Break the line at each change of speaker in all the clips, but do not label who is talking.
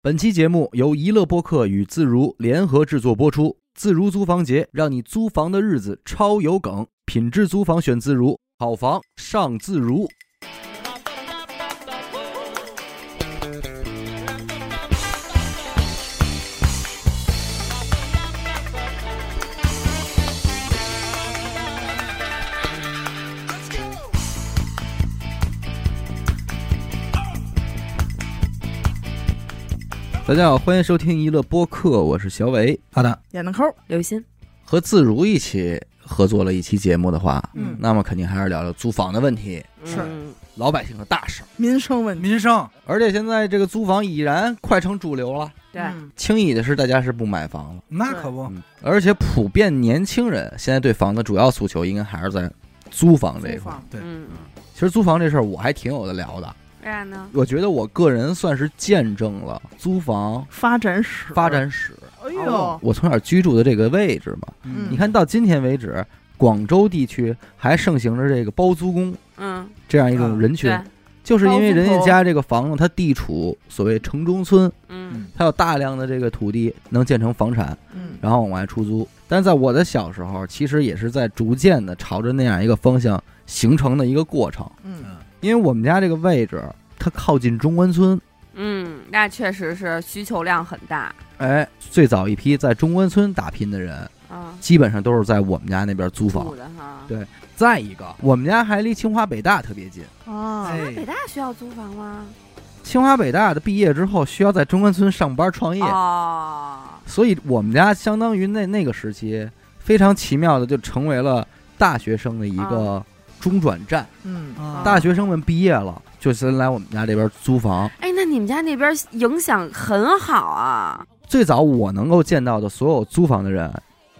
本期节目由一乐播客与自如联合制作播出。自如租房节，让你租房的日子超有梗，品质租房选自如，好房上自如。大家好，欢迎收听一乐播客，我是小伟。
好的，
演的抠儿，
刘鑫，
和自如一起合作了一期节目的话，
嗯
那么肯定还是聊聊租房的问题，
是
嗯
老百姓的大事儿。
民生问题，
民生
而且现在这个租房已然快成主流了，
对，
嗯
轻易的是大家是不买房了，
那可不，
嗯，而且普遍年轻人现在对房的主要诉求应该还是在租房这一
租
块儿。
房
对
嗯，
其实租房这事儿我还挺有的聊的，
为啥呢？
我觉得我个人算是见证了租房
发展史，
发，展史。
哎呦，
我从小居住的这个位置嘛，
嗯
你看到今天为止，广州地区还盛行着这个包租公
嗯，
这样一种人群，
对，
就是因为人
包
家
租婆
家这个房子它地处所谓城中村，
嗯
它有大量的这个土地能建成房产，
嗯，
然后往外出租。但是在我的小时候，其实也是在逐渐的朝着那样一个方向形成的一个过程。
嗯，
因为我们家这个位置，它靠近中关村，
嗯，那确实是需求量很大，
哎，最早一批在中关村打拼的人，
啊，
基本上都是在我们家那边租房
住。的哈。
对再一个，我们家还离清华北大特别近，
啊，
哎
北大需要租房吗？
清华北大的毕业之后需要在中关村上班创业，
哦，
所以我们家相当于那那个时期非常奇妙的就成为了大学生的一个中转站。
嗯，
啊
大学生们毕业了，就先来我们家这边租房。
哎，那你们家那边影响很好啊。
最早我能够见到的所有租房的人，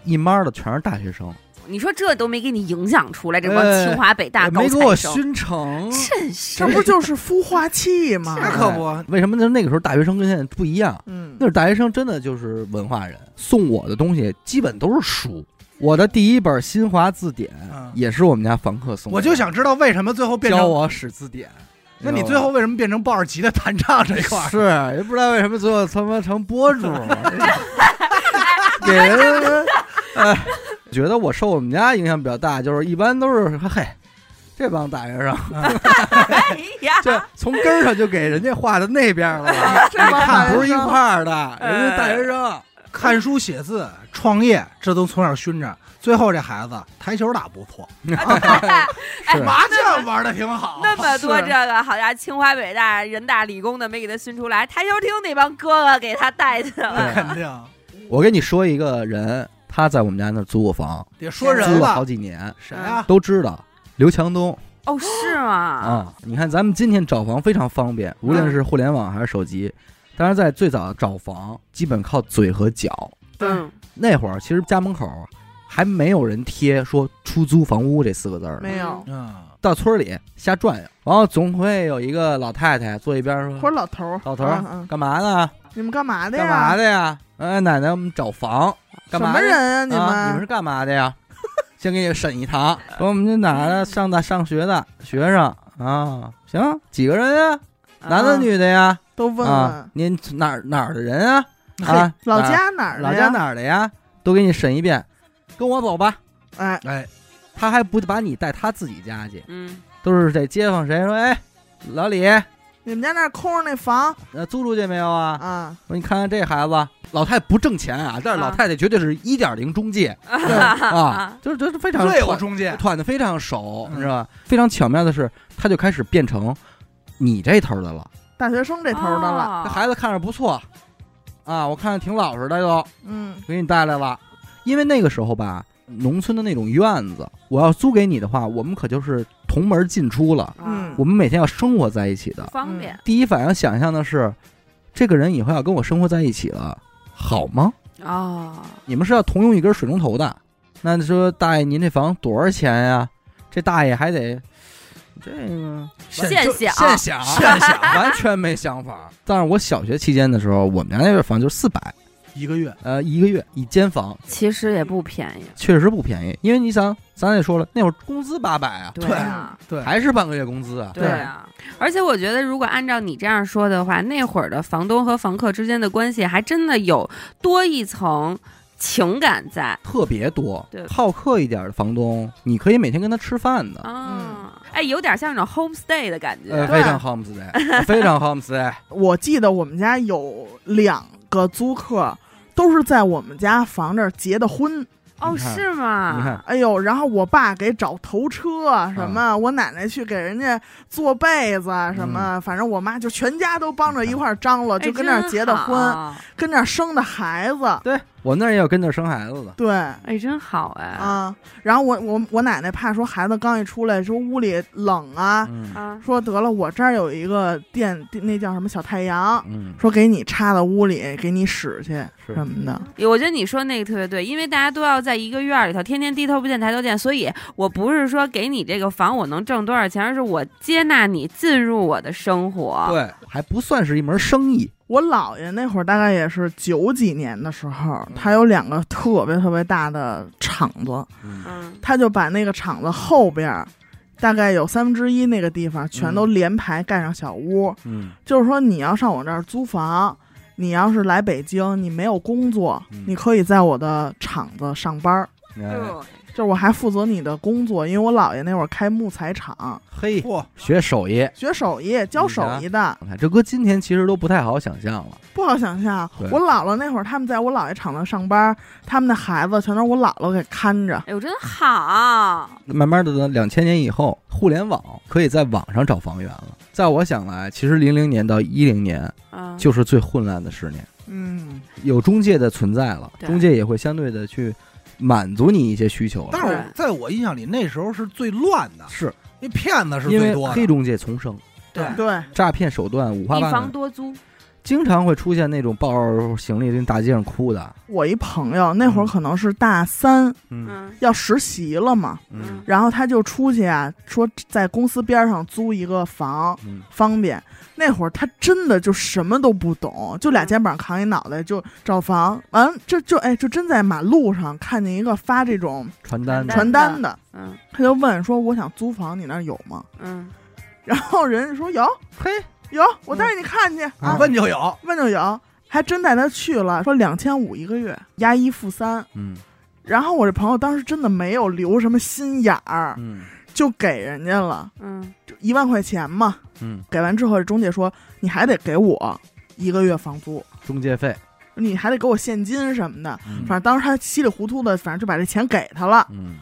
一妈的全是大学生，
你说这都没给你影响出来，这帮
哎
清华北大
也
高
没
材
给
生，
我熏成。
真是
这不就是孵化器 吗？
那可不，
为什么？就是那个时候大学生跟现在不一样，
嗯
那，会儿大学生真的就是文化人，送我的东西基本都是书。我的第一本新华字典
嗯
也是我们家房客送的，
我就想知道为什么最后变
教
成，
我使字典。
那你最后为什么变成鲍尔吉的弹唱这一块儿？
是也不知道为什么最后他妈成博主了，给人哎，觉得我受我们家影响比较大，就是一般都是嘿，这帮大学生，
哎呀，
这从根儿上就给人家划到那边了，
啊
这帮看不是一块儿的，人家大学生。
看书写字、创业，这都从小熏着。最后这孩子台球打不错，
是
麻将啊玩的挺好。
哎那么多
是
这个好家伙，清华北大、人大、理工的没给他熏出来，台球厅那帮哥哥给他带去 了。
肯定
我跟你说一个人，他在我们家那儿租过房，
得说
租
人
了好
了，
几年，
谁啊？
都知道刘强东
哦，是吗？
啊。你看咱们今天找房非常方便，无论是互联网还是手机，当然在最早找房基本靠嘴和脚。
嗯，
那会儿其实家门口还没有人贴说出租房屋这四个字儿呢，
没有，
嗯，
到村儿里瞎转悠，然后总会有一个老太太坐一边儿
或者
说
老头儿，：“
老头
嗯
儿
嗯，啊
干嘛呢？
你们干嘛的呀？
干嘛的呀？哎，奶奶，我们找房，干
什
嘛
么
的
人
呀？
啊？
你啊，你们是
们
干嘛的 呀？先给你审一堂，说我们这哪儿的上大上学的学生啊？行，几个人呀？男的
嗯
女的呀？
都问
啊
问，
您哪儿哪儿的人啊？啊，
老
哪儿
家哪儿的呀？
老家哪儿的呀？都给你审一遍，跟我走吧。
哎，
哎，
他还不把你带他自己家去，
嗯，
都是这街坊谁说，哎，老李，
你们家那儿空着那房
呃，租出去没有啊？
啊？
我说你看看这孩子，老太太不挣钱啊，但是老
啊
太太绝对是一点零中介
对
啊，，就是就是非常
最有
团
中介，
团的非常熟，
嗯
你知道吧？非常巧妙的是，他就开始变成你这头的了。
大学生这
这
头的了，
啊哦
这孩子看着不错啊，我看着挺老实的哟，
嗯，
给你带来了。因为那个时候吧，农村的那种院子，我要租给你的话，我们可就是同门进出了，
嗯
我们每天要生活在一起的。
方便，
第一反应想象的是，这个人以后要跟我生活在一起了，好吗？
嗯
哦，
你们是要同用一根水龙头的。那你说大爷，您这房多少钱呀、这大爷还得这个
现
就
想
现想，现想，
完全没想法。但是我小学期间的时候，我们家那个房就是四百，
一个月，
呃，一个月一间房，
其实也不便宜。
确实不便宜，因为你想，咱也说了，那会儿工资八百啊，
对啊，
对，
还是半个月工资啊，
对啊，而且我觉得，如果按照你这样说的话，那会儿的房东和房客之间的关系还真的有多一层情感在
特别多
对。
好客一点的房东，你可以每天跟他吃饭的，
嗯
啊，哎，有点像那种 homestay 的感觉。
呃，
对
非常 homestay，非常 homestay，
我记得我们家有两个租客，都是在我们家房这儿结的婚。
哦，
你看
是吗？
你看
哎呦，然后我爸给找头车啊什么，我奶奶去给人家做被子啊什么，
嗯
反正我妈就全家都帮着一块儿张罗，
哎
就跟那儿结的婚，
真好
跟那儿生的孩子。
对我那儿也有跟那儿生孩子的，
对，
哎，真好哎。
啊，然后我我我奶奶怕说孩子刚一出来说屋里冷啊，
嗯
啊，
说得了，我这儿有一个电，那叫什么小太阳，
嗯，
说给你插到屋里给你使去
是
什么的。
我觉得你说那个特别对，因为大家都要在一个院儿里头，天天低头不见抬头见，所以我不是说给你这个房我能挣多少钱，而是我接纳你进入我的生活。
对，还不算是一门生意，
我姥爷那会儿大概也是九几年的时候，他有两个特别特别大的厂子，
嗯
嗯，
他就把那个厂子后边儿大概有三分之一那个地方全都连排盖上小屋，
嗯
就是说你要上我这儿租房。你要是来北京，你没有工作，
嗯
你可以在我的厂子上班儿。
哎
嗯
就是我还负责你的工作，因为我姥爷那会儿开木材厂，
嘿，
嚯，
学手艺，
学手艺，教手艺的，
这搁今天其实都不太好想象了，
不好想象。啊
对
我姥姥那会儿，他们在我姥爷厂子上班，他们的孩子全都是我姥姥给看着。
哎呦，真好！
慢慢的呢，两千年以后，互联网可以在网上找房源了。在我想来，其实零零年到一零年
嗯，
就是最混乱的十年，
嗯，
有中介的存在了，
对
中介也会相对的去满足你一些需求
但
了。
是我在我印象里那时候是最乱的，
是
那骗子是
因
最
为
多的，
黑中介丛生，
对
对，
诈骗手段五花
一
八
房
门，
多租，
经常会出现那种抱着行李跟大街上哭的。
我一朋友那会儿可能是大三，
嗯
嗯
要实习了嘛，
嗯
然后他就出去啊，说在公司边上租一个房
嗯，
方便。那会儿他真的就什么都不懂，就俩肩膀扛一脑袋就找房，完了这就哎就真在马路上看见一个发这种
传单的
传
传单的，
嗯
他就问说：“我想租房，你那儿有吗
嗯，？”
然后人家说：“有，
嘿，
有，我带你看去、
啊
嗯
啊。
问就有，”
问就有，还真带他去了，说两千五一个月，押一付三。
嗯
然后我这朋友当时真的没有留什么心眼儿，
嗯
就给人家了，
嗯，
就一万块钱嘛。
嗯，
给完之后，中介说：“你还得给我一个月房租，
中介费，
你还得给我现金什么的。”
嗯
反正当时他稀里糊涂的，反正就把这钱给他了。
嗯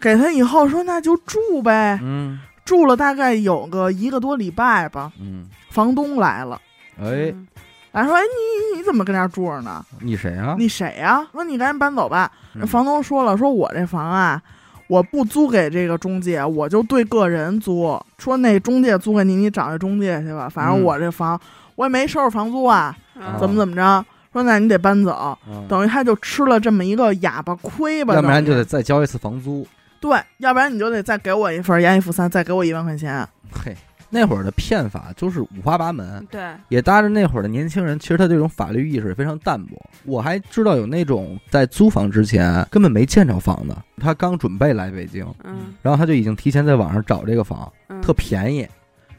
给他以后说：“那就住呗。”
嗯
住了大概有个一个多礼拜吧，
嗯，
房东来了，
哎，
嗯，
来说：“哎，你你怎么跟这儿住着呢？
你谁啊？
你谁呀、说你赶紧搬走吧。
嗯
房东说了：“说我这房啊，我不租给这个中介，我就对个人租。说那中介租给你，你找那中介去吧。反正
嗯
我这房我也没收拾房租啊，
嗯
啊
怎么怎么着。”说那你得搬走，
嗯
等于他就吃了这么一个哑巴亏吧，
要不然就
等于
得再交一次房租。
对，要不然你就得再给我一份押一付三，再给我一万块钱。
嘿，那会儿的骗法就是五花八门，
嗯对，
也搭着那会儿的年轻人，其实他对这种法律意识也非常淡薄。我还知道有那种在租房之前根本没见着房的，他刚准备来北京，
嗯
然后他就已经提前在网上找这个房，
嗯，
特便宜，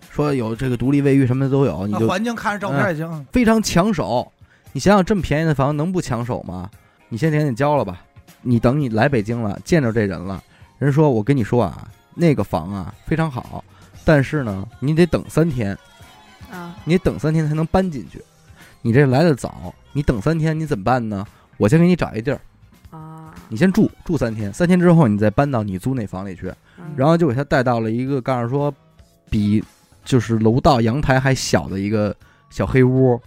说有这个独立卫浴什么的都有，你
那
就
环境看着照片也行，
非常抢手。你想想这么便宜的房能不抢手吗？你先赶紧交了吧，你等你来北京了，见着这人了，人说我跟你说啊，那个房啊非常好，但是呢，你得等三天。
啊，
你得等三天才能搬进去。你这来的早，你等三天你怎么办呢？我先给你找一地儿，
啊，
你先住住三天，三天之后你再搬到你租那房里去。
嗯
然后就给他带到了一个告诉说，比就是楼道阳台还小的一个小黑屋，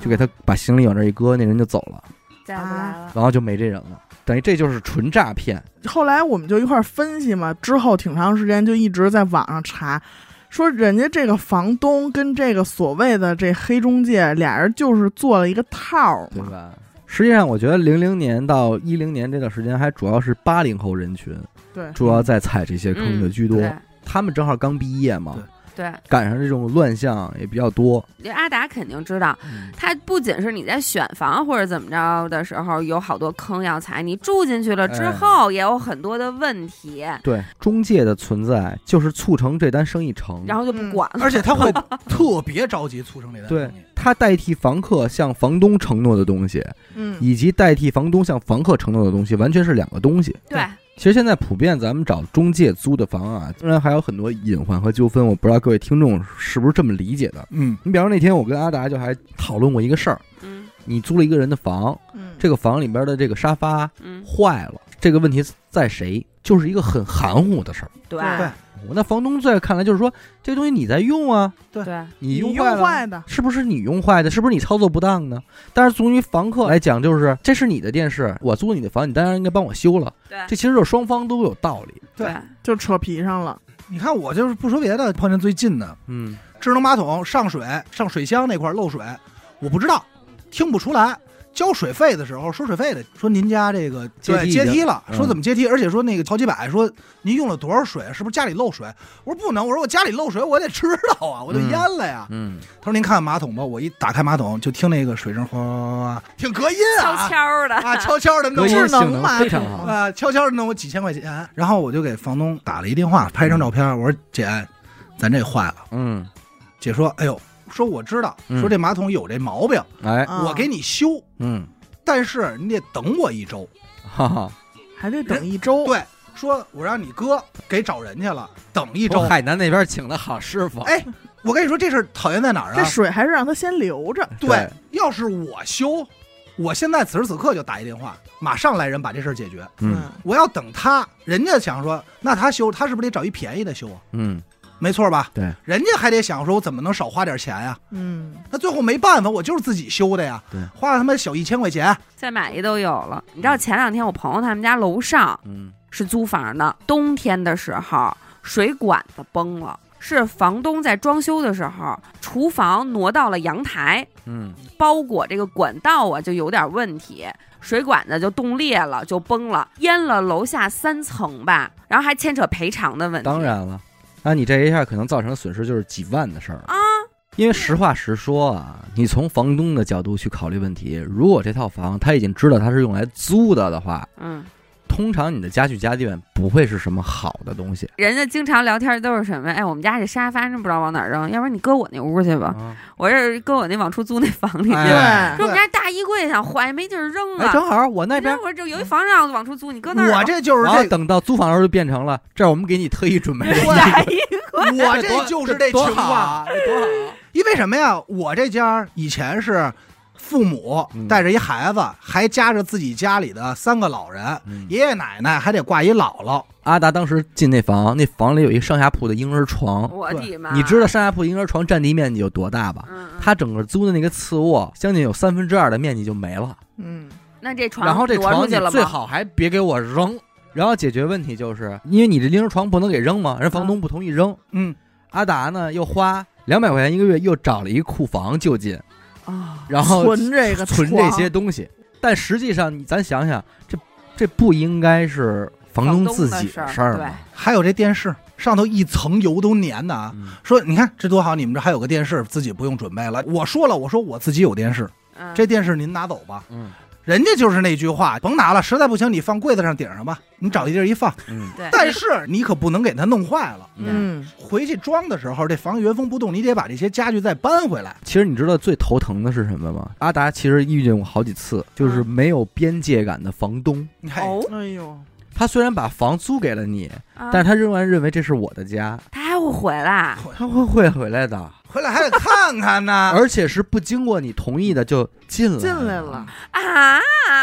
就给他把行李往这儿一搁，那人就走了，
嗯再不来了，
然后就没这人了。等于这就是纯诈骗，
后来我们就一块儿分析嘛，之后挺长时间就一直在网上查，说人家这个房东跟这个所谓的这黑中介俩人就是做了一个套儿
对
嘛，
吧？实际上，我觉得零零年到一零年这段时间，还主要是八零后人群
对，
主要在踩这些坑的居多。
嗯对
他们正好刚毕业嘛
对，
对，
赶上这种乱象也比较多。
阿达肯定知道，他不仅是你在选房或者怎么着的时候有好多坑要踩，你住进去了之后也有很多的问题，
对，中介的存在就是促成这单生意成，
然后就不管了。
而且他会特别着急促成这单
对
生意。
他代替房客向房东承诺的东西，
嗯，
以及代替房东向房客承诺的东西，完全是两个东西。
对，
其实现在普遍咱们找中介租的房啊，当然还有很多隐患和纠纷，我不知道各位听众是不是这么理解的。
嗯，
你比方说那天我跟阿达就还讨论过一个事儿，
嗯
你租了一个人的房，
嗯
这个房里边的这个沙发
嗯，
坏了，这个问题在谁，就是一个很含糊的事儿。
对
对
我那房东在看来就是说，这个东西你在用啊，
对
你
你
坏了。
坏的，
是不是你用坏的？是不是你操作不当呢？但是从于房客来讲，就是这是你的电视，我租你的房，你当然应该帮我修了。
对
这其实就是双方都有道理。
对，啊
就扯皮上了。
你看我就是不说别的，碰见最近的
嗯，
智能马桶上水上水箱那块儿漏水，我不知道，听不出来。交水费的时候收水费的说您家这个
阶梯
对
已
阶
经
梯了，
嗯
说怎么阶梯，而且说那个好几百，说您用了多少水，是不是家里漏水？我说不能，我说我家里漏水，我得知道啊，我就
嗯
淹了呀。
嗯，
他说您看看马桶吧，我一打开马桶就听那个水声哗哗哗哗哗，挺隔音
悄
啊
悄的，
啊，悄悄的 弄
隔音
我
智
性
能
能
马
非常
桶
好
嘛
啊，悄悄的弄我几千块钱，然后我就给房东打了一电话，拍一张照片，我说姐，咱这坏了。
嗯，
姐说：“哎呦，说我知道，
嗯
说这马桶有这毛病，
哎，
啊
我给你修，
嗯，
但是你得等我一周。
哈哈，
还得等一 周。
对，说我让你哥给找人去了，等一周。
海南那边请的好师傅
哎我跟你说这事儿讨厌在哪儿
这
啊？
水还是让它先留着。
对，要是我修，我现在此时此刻就打一电话，马上来人把这事儿解决。
嗯
我要等他，人家想说，那他修，他是不是得找一便宜的修啊？
嗯，
没错吧？
对，
人家还得想说，我怎么能少花点钱呀、
嗯，
那最后没办法，我就是自己修的呀
对，
花了他妈小一千块钱，
再买一都有了。你知道前两天我朋友他们家楼上
嗯，
是租房的，冬天的时候水管子崩了，是房东在装修的时候，厨房挪到了阳台，
嗯，
包裹这个管道啊就有点问题，水管子就冻裂了，就崩了，淹了楼下三层吧，然后还牵扯赔偿的问题。
当然了，那你这一下可能造成的损失就是几万的事儿啊。因为实话实说啊，你从房东的角度去考虑问题，如果这套房他已经知道他是用来租的的话，
嗯，
通常你的家具家电不会是什么好的东西
人家经常聊天都是什么？哎，我们家这沙发真不知道往哪儿扔，要不然你搁我那屋去吧，
啊。
我这儿搁我那往出租那房里去。
哎
说我们家大衣柜想换，没地儿扔
哎，
啊。
正好我那
那
边，
会儿就有一房让往出租，你搁那儿吧。啊
我这就是
然
这
后等到租房的时候就变成了，这儿我们给你特意准备了一个
大衣柜，
我这就是这
哎多
情
好啊
况，因为什么呀？我这家以前是父母
嗯
带着一孩子，还加着自己家里的三个老人，
嗯
爷爷奶奶还得挂一姥姥。
阿达当时进那房，那房里有一上下铺的婴儿床，
我的妈！
你知道上下铺婴儿床占地面积有多大吧？
哦嗯，嗯
他整个租的那个次卧，将近有三分之二的面积就没了。
嗯，
那这床
然后这
挪出
床
去
你
了
最
吗？
好还别给我扔。然后解决问题就是，因为你这婴儿床不能给扔嘛，人房东不同意扔。
嗯，
阿达呢又花两百块钱一个月，又找了一库房就近，
啊，
然后
存这个
存
床
这些东西。但实际上，你咱想想，这这不应该是房
房
东
东
自
的
己
事儿
事儿
对
吗？
还有这电视上头一层油都粘的啊。
嗯
说你看这多好，你们这还有个电视，自己不用准备了。我说了，我说我自己有电视，
嗯
这电视您拿走吧。
嗯
人家就是那句话，甭拿了，实在不行你放柜子上顶上吧，你找一地儿一放。
嗯
对，
但是你可不能给它弄坏了。
嗯。
嗯，
回去装的时候，这房原封不动，你得把这些家具再搬回来。
其实你知道最头疼的是什么吗？阿达其实遇见过好几次，就是没有边界感的房东。
哦，
哦，
哎呦，
他虽然把房租给了你，
啊
但是他仍然认为这是我的家，
他还会回来，
他会会回来的，
回来还得看看呢。
而且是不经过你同意的就进来
进来了，，
啊，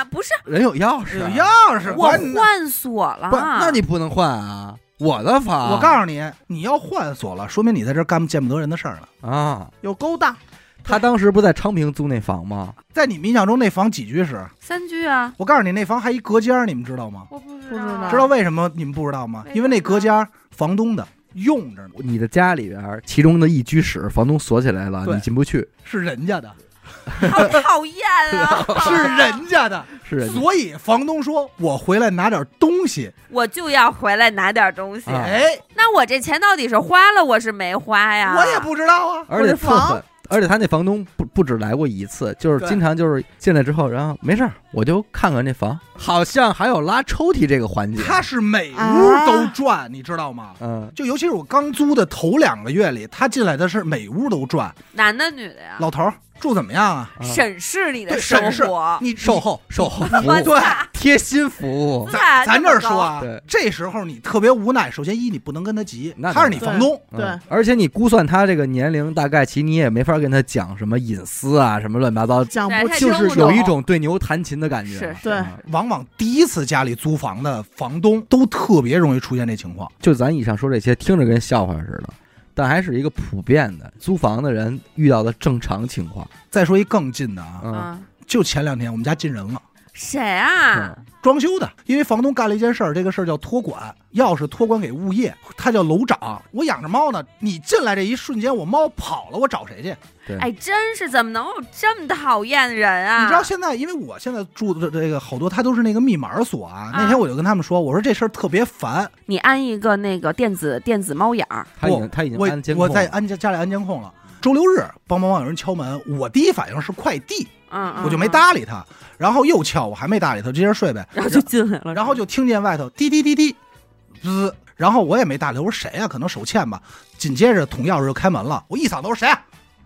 不是
人有钥匙
有
啊，
钥匙，
我
关你
换锁了，
不，那你不能换啊，我的房，
我告诉你，你要换锁了，说明你在这儿干不见不得人的事儿了。
啊，
有勾当，
他当时不在昌平租那房吗？
在你们印象中，那房几居室？
三居啊，
我告诉你，那房还一隔间儿，你们知道吗？
我不
不知道
知道为什么你们不知道吗
为什？么
因为那隔间儿房东的用着呢，
你的家里边儿其中的一居室，房东锁起来了，
对
你进不去，
是人家的。
好讨厌啊！
是啊人家的，
是人家
所以房东说我回来拿点东西，
我就要回来拿点东西。
啊
哎，
那我这钱到底是花了，我是没花呀？
我也不知道啊，
而且
我这
特狠
房，
而且他那房东不不止来过一次，就是
对
经常就是进来之后，然后没事儿，我就看看这房，好像还有拉抽屉这个环节。
他是每屋都转，你知道吗？
嗯，
就尤其是我刚租的头两个月里，他进来的是每屋都转。
男的女的呀？
老头儿住怎么样啊？
啊
审视啊你的
对
生
审视
活。
你
售后售后服
我
务，
对
操
贴心服务
不，
咱
咋
咱
这
这
么
儿
高
说啊
对，
这时候你特别无奈。首先一，你不能跟他急
那，
他是你
当
房
然
东，
对
嗯而且你估算他这个年龄，大概其实你也没法跟他讲什么隐私啊，什么乱七八糟，
讲
对
不
太
清
就
听
是
不
有
懂
一种对牛弹琴的感觉。
是
对
嗯
往往第一次家里租房的房东都特别容易出现这情况。
就咱以上说这些，听着跟笑话似的，但还是一个普遍的租房的人遇到的正常情况。
再说一更近的啊，
嗯，
嗯，
就前两天我们家进人了。
谁
嗯
啊？
是
装修的，因为房东干了一件事儿，这个事儿叫托管，钥匙托管给物业，他叫楼长。我养着猫呢，你进来这一瞬间，我猫跑了，我找谁去？
哎，真是怎么能有这么讨厌的人啊？
你知道现在，因为我现在住的这个好多，它都是那个密码锁啊
啊。
那天我就跟他们说，我说这事儿特别烦，
你安一个那个电子电子猫眼儿，
他已经他已经
我
安监控
我在
了
安家家里安监控了。周六日，帮帮忙有人敲门，我第一反应是快递，
嗯，嗯
我就没，搭理他，然后又敲，我还没搭理他，接着睡呗。
嗯然后就进来了，
然后就听见外头滴滴滴滴，滋，然后我也没搭理，我说谁啊呀、可能手欠吧。紧接着捅钥匙就开门了，我一嗓子，我说谁、啊？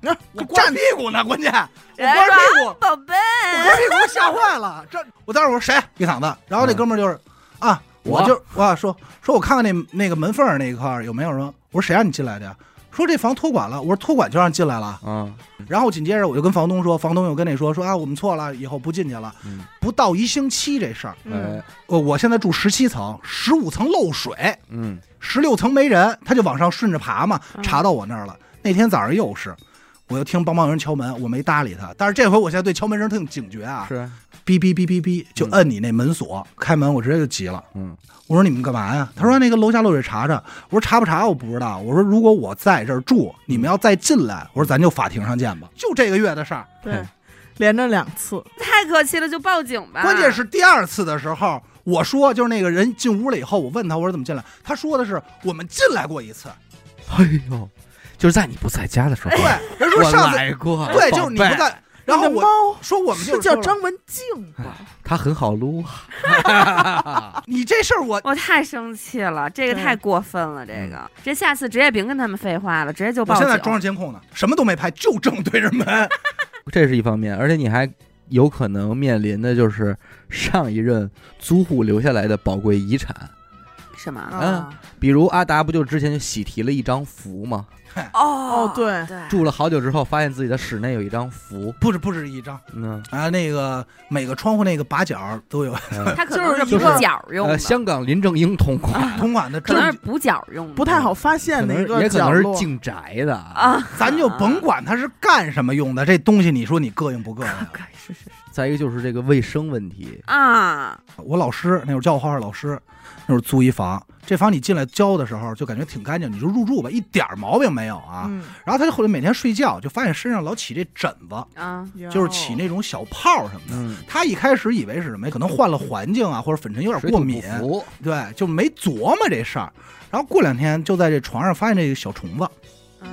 你说我光屁股呢，关键我
哎
光屁股，
宝贝，
我光屁股我吓坏了。这我当时我说谁啊？一嗓子，然
嗯
后那哥们儿就是啊，我就啊说说我看看那那个门缝儿那一块儿有没有说，我说谁让你进来的呀？说这房托管了，我说托管就让进来了，
嗯
然后紧接着我就跟房东说，房东又跟你说说啊，我们错了，以后不进去了。
嗯，
不到一星期这事儿，
嗯
哎，
呃，我现在住十七层，十五层漏水，
嗯，
十六层没人，他就往上顺着爬嘛，
嗯
查到我那儿了。那天早上又是，我又听帮帮有人敲门，我没搭理他。但是这回我现在对敲门声挺警觉啊，
是，
哔哔哔哔哔，就摁你那门锁，开门我直接就急了。
嗯，
我说你们干嘛呀？他说那个楼下漏水查查。我说查不查我不知道。我说如果我在这儿住，你们要再进来，我说咱就法庭上见吧。就这个月的事儿，
对，连着两次，
太客气了，就报警吧。
关键是第二次的时候，我说就是那个人进屋了以后，我问他我说怎么进来，他说的是我们进来过一次，
哎呦，就是在你不在家的时候，
对，人说
我
上次
来过，
对，就是你不
宝贝，
在，然后
你的
我
猫
说我们就是是说
叫
了
张文静吧？
他很好 撸，
你这事儿我
我太生气了，这个
对
太过分了，这个这下次直接别跟他们废话了，直接就
嗯我
报
现在
警。
装着监控呢，什么都没拍，就正对着门，
这是一方面，而且你还有可能面临的就是上一任租户留下来的宝贵遗产，
什么？
哎
啊
嗯比如阿达不就之前就喜提了一张符吗？
哦
哦对
对，
住了好久之后，发现自己的室内有一张符，
不止不止一张
嗯，
啊，那个每个窗户那个把角都有
呃
他可能
就是
补
一个
角用
呃，
的，
香港林正英同 款，
同款的
可
证
能是
据，
补角用的，
不太好发现
可
的
能
一个
也可
角
能是
落。
进宅的
啊。
咱就甭管它是干什么用的，这东西你说你膈应啊不膈应？
是是是
再一个就是这个卫生问题，
啊，
我老师那会儿教我画画老师，那会儿租一房，这房你进来交的时候就感觉挺干净，你就入住吧，一点儿毛病没有啊。
嗯，
然后他就后来每天睡觉就发现身上老起这疹子，
啊，
就是起那种小泡什么的。
嗯，
他一开始以为是什么呀，可能换了环境啊，或者粉尘有点
水
过
土
敏
不，服，
对，就没琢磨这事儿。然后过两天就在这床上发现这个小虫子，
嗯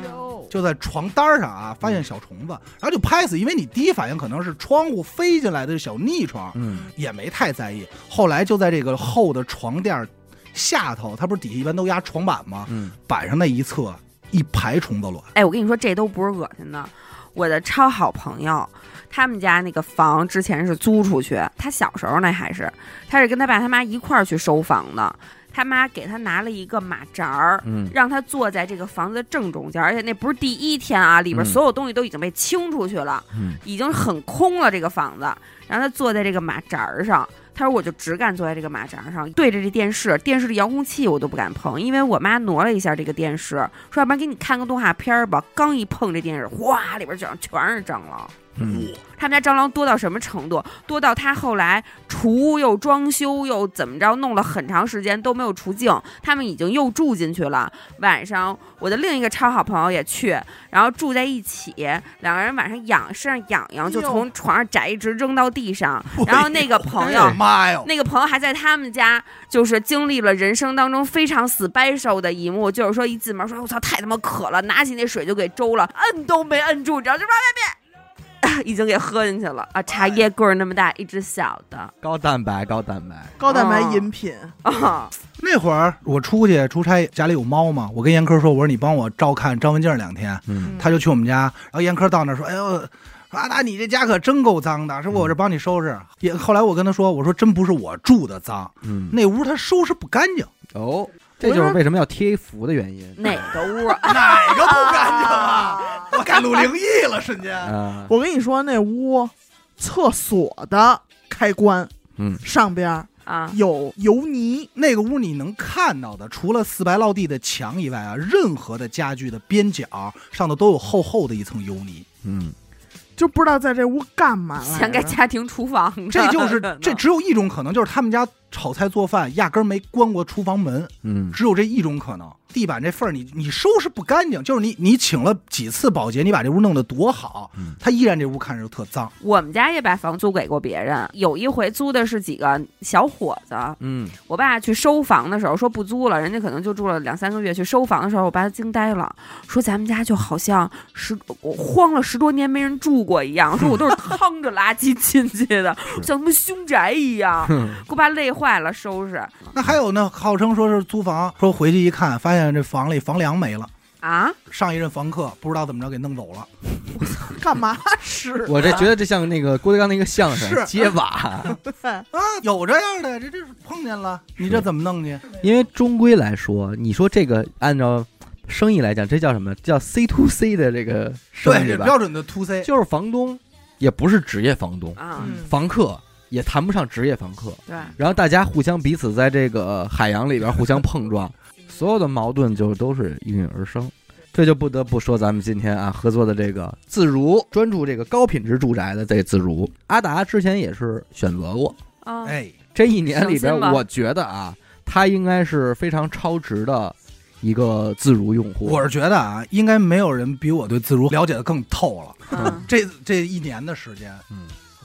就在床单上啊发现小虫子，然后就拍死，因为你第一反应可能是窗户飞进来的小逆虫，
嗯，
也没太在意。后来就在这个厚的床垫儿下头，它不是底下一般都压床板吗？
嗯，
板上那一侧一排虫子卵，
哎，我跟你说，这都不是恶心的。我的超好朋友，他们家那个房之前是租出去，他小时候那还是，他是跟他爸他妈一块儿去收房的。他妈给他拿了一个马扎儿，
嗯，
让他坐在这个房子的正中间，而且那不是第一天啊，里
嗯
边所有东西都已经被清出去了，
嗯
已经很空了这个房子。然后他坐在这个马扎儿上，他说我就只敢坐在这个马扎儿上，对着这电视，电视的遥控器我都不敢碰，因为我妈挪了一下这个电视，说要不然给你看个动画片儿吧。刚一碰这电视，哗，里边儿全全是蟑螂。
嗯
他们家蟑螂多到什么程度？多到他后来除又装修又怎么着，弄了很长时间都没有除净，他们已经又住进去了。晚上我的另一个超好朋友也去，然后住在一起，两个人晚上痒，身上痒痒就
哎呦
从床上摘一直扔到地上，然后那个朋友
哎呀妈哟，
那个朋友还在他们家，就是经历了人生当中非常 special 的一幕，就是说一进门说：“我操，太他妈渴了！”拿起那水就给周了，摁都没摁住，你知道，就啪啪 啪，已经给喝进去了啊！茶叶棍儿那么大，一只小的
高蛋白，高蛋白，
高蛋白
哦
饮品，
啊，
那会儿我出去出差，家里有猫嘛，我跟严科说，我说你帮我照看张文静两天，
嗯，
他就去我们家，然后严科到那儿说，哎呦，说阿达你这家可真够脏的，说我这帮你收拾。也后来我跟他说，我说真不是我住的脏，
嗯，
那屋他收拾不干净，
哦，这就是为什么要贴一符的原因
哪个屋啊？
哪个不干净啊？ 我改录灵异了，瞬间。
啊，
我跟你说，那屋厕所的开关
嗯，
上边儿
啊，
有油泥，
那个屋你能看到的，除了四白落地的墙以外啊，任何的家具的边角上头都有厚厚的一层油泥。
嗯，
就不知道在这屋干嘛来
想给
着
家庭厨房呢，
这就是这
嗯
只有一种可能，就是他们家炒菜做饭压根儿没关过厨房门，
嗯，
只有这一种可能。地板这缝儿你你收拾不干净，就是你你请了几次保洁，你把这屋弄得多好
嗯，
他依然这屋看着就特脏。
我们家也把房租给过别人，有一回租的是几个小伙子，
嗯，
我爸去收房的时候说不租了，人家可能就住了两三个月。去收房的时候，我爸惊呆了，说咱们家就好像十我荒了十多年没人住过一样，说我都是趟着垃圾进去 的，像他妈凶宅一样，给
哼
我爸累坏了。收拾
那还有呢，号称说是租房，说回去一看，发现这房里房梁没了，
啊，
上一任房客不知道怎么着给弄走了。
干嘛使？
我这觉得这像那个郭德纲那个相声
是
接瓦，
啊，有这样的，这这是碰见了，你这怎么弄去？
因为终归来说，你说这个按照生意来讲，这叫什么？这叫 C to C 的这个生意
对，
吧
标，准的 to C，
就是房东也不是职业房东，
啊，
嗯
房客也谈不上职业房客，
对，
然后大家互相彼此在这个海洋里边互相碰 撞，所有的矛盾就都是应运而生。这就不得不说咱们今天啊合作的这个自如，专注这个高品质住宅的这自如，阿达之前也是选择过，
啊，
哎，
这一年里边
省心吧，
我觉得啊，他应该是非常超值的一个自如用户。
我是觉得啊，应该没有人比我对自如了解的更透了。
嗯，
这这一年的时间，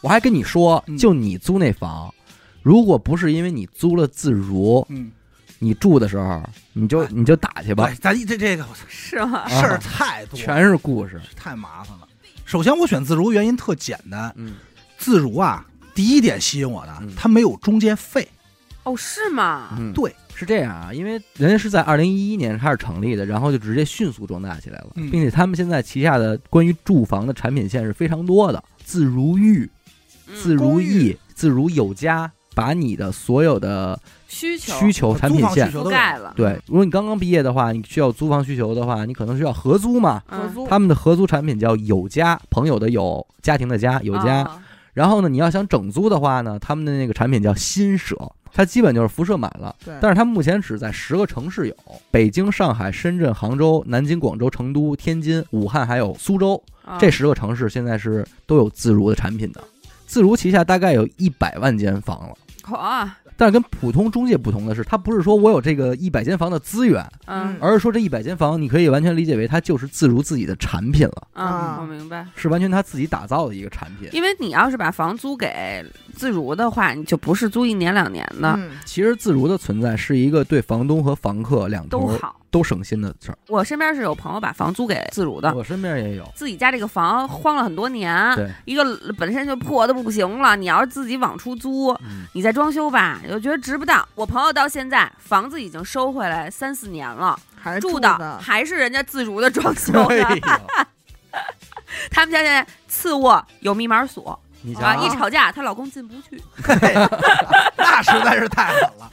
我还跟你说
嗯，
就你租那房，如果不是因为你租了自如，
嗯，
你住的时候你就
哎
你就打去吧啊
哎，，咱这这个我操
是吗？
事儿太多，
全是故事。
太麻烦了。首先，我选自如原因特简单，
嗯，
自如啊，第一点吸引我的
嗯，
它没有中间费。
哦，是吗？
嗯
对，
是这样啊，因为人家是在二零一一年开始成立的，然后就直接迅速壮大起来了，
嗯
并且他们现在旗下的关于住房的产品线是非常多的，自如寓、自
嗯，
如
公
意、自如有家，把你的所有的
需求
需求产
租
品
房需
线
求嗯
覆
都有
盖了，
对，如果你刚刚毕业的话，你需要租房需求的话，你可能需要合租嘛。
合
嗯，
租
他们的合租产品叫有家，朋友的有，家庭的家，有家。
啊
然后呢，你要想整租的话呢，他们的那个产品叫新舍，它基本就是辐射满了。
嗯
对
但是它目前只在十个城市有：北京、上海、深圳、杭州、南京、广州、成都、天津、武汉，还有苏州。
啊
这十个城市现在是都有自如的产品的。自如旗下大概有一百万间房了。
啊，
但是跟普通中介不同的是，它不是说我有这个一百间房的资源，
嗯
而是说这一百间房，你可以完全理解为它就是自如自己的产品了，
嗯，我明白。
是完全他自己打造的一个产品。
因为你要是把房租给自如的话，你就不是租一年两年的，
嗯
其实自如的存在是一个对房东和房客两
都
头
好。
都省心的事儿。
我身边是有朋友把房租给自如的，
我身边 也有，
自己家这个房荒了很多年
对，
一个本身就破的不行了，你要是自己往出租，
嗯，
你再装修吧，又觉得值不当。我朋友到现在房子已经收回来三四年了，
还
住的
的
还是人家自如的装修
哎
呢。
呦
他们家现在次卧有密码锁
你
啊，
家
啊
一吵架她老公进不去。
那实在是太狠了。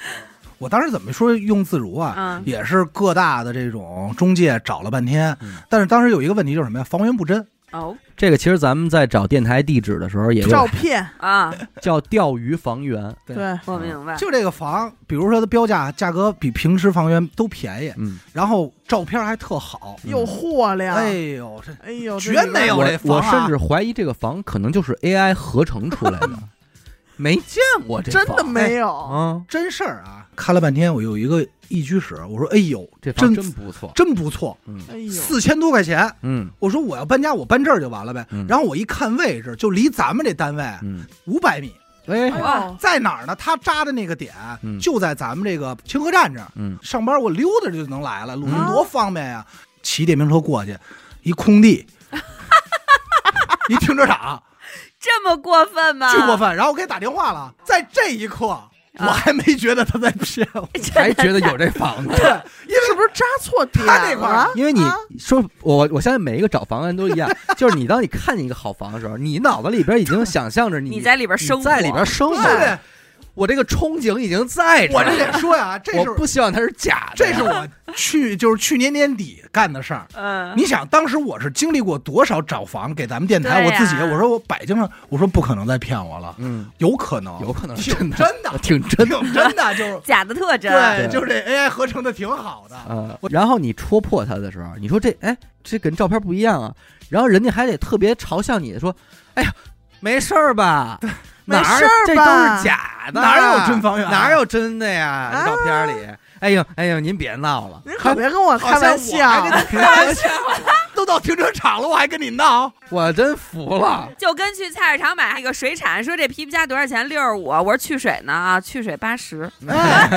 我当时怎么说用自如啊？
嗯
也是各大的这种中介找了半天
嗯，
但是当时有一个问题就是什么呀？房源不真，
哦
这个其实咱们在找电台地址的时候也
照
有
片，
啊，
叫钓鱼房源，
对
对，
我明白，
就这个房，比如说它标价价格比平时房源都便宜，
嗯，
然后照片还特好，
又豁亮，
哎呦这
哎呦，
绝
这里边
没有
我
这
我
房啊
甚至怀疑这个房可能就是 AI 合成出来 的，没见过这
真
房
哎
的没
嗯
有，
啊，
真事儿啊！看了半天，我有一个一居室，我说哎呦
这房
真
真不错，
真不错，
嗯
哎呦，
四千多块钱。
嗯
我说我要搬家，我搬这儿就完了呗。
嗯
然后我一看位置，就离咱们这单位
嗯，
五百米，
哎
哎，
呦，
在哪儿呢？他扎的那个点
嗯
就在咱们这个清河站这儿。
嗯
上班我溜达就能来了，鲁
嗯
迅多方便呀！骑电瓶车过去，一 空地，一停车场，
这么过分
啊
吗？
巨过，分。然后我给他打电话了，在这一刻，我还没觉得他在骗 我，
还觉得有这房 子。
对，因为
是不是扎错点
他那块儿
了？
因为你
啊
说，我我相信每一个找房的人都 一样，就是你当你看见一个好房的时候，你脑子里边已经想象着
你
你
在里边
你
生活，
在里边生活
对不对
了，？我这个憧憬已经在这
我
儿了，
这得说呀，这
我
是
不希望它是假的
这
呀，
是我去就是去年年底干的事儿。
嗯，
你想，当时我是经历过多少找房给咱们电台，
对
我
呀
自己我说我摆经上，我说不可能再骗我了，
嗯，
有可能，
有可能是
挺
真的，
真的，
挺真的
挺真的，就是
假的特真，
对，
对
就是这 AI 合成的挺好的，
啊。然后你戳破它的时候，你说这哎，这跟照片不一样啊，然后人家还得特别嘲笑你说，哎呀，没事儿吧？
没
哪儿
事儿
这都
吧
是假的，啊
哪有真房源
哪有真的呀？
啊
这照片里，哎呦哎呦，您别闹了，
您可别跟我开玩笑，
好像我还 跟你开玩笑，都到停车场了，我还跟你闹，
我真服了。
就跟去菜市场买那个水产，说这皮皮虾多少钱？六十五。我说去水呢啊，去水八十。
哎，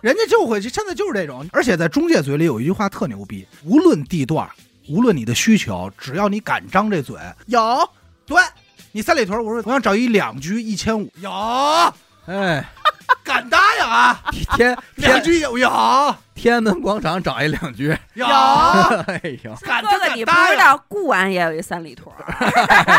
人家就会现在就是这种，而且在中介嘴里有一句话特牛逼，无论地段，无论你的需求，只要你敢张这嘴，有，对你三里屯，我说我想找一两居一千五，有，
哎，
敢答应啊，
天
两
天
居有有
天安门广场找一两局，
有，
哎呦，
敢
哥
真
哥，
敢
你不
答
知
应。
道固安也有一三里屯儿，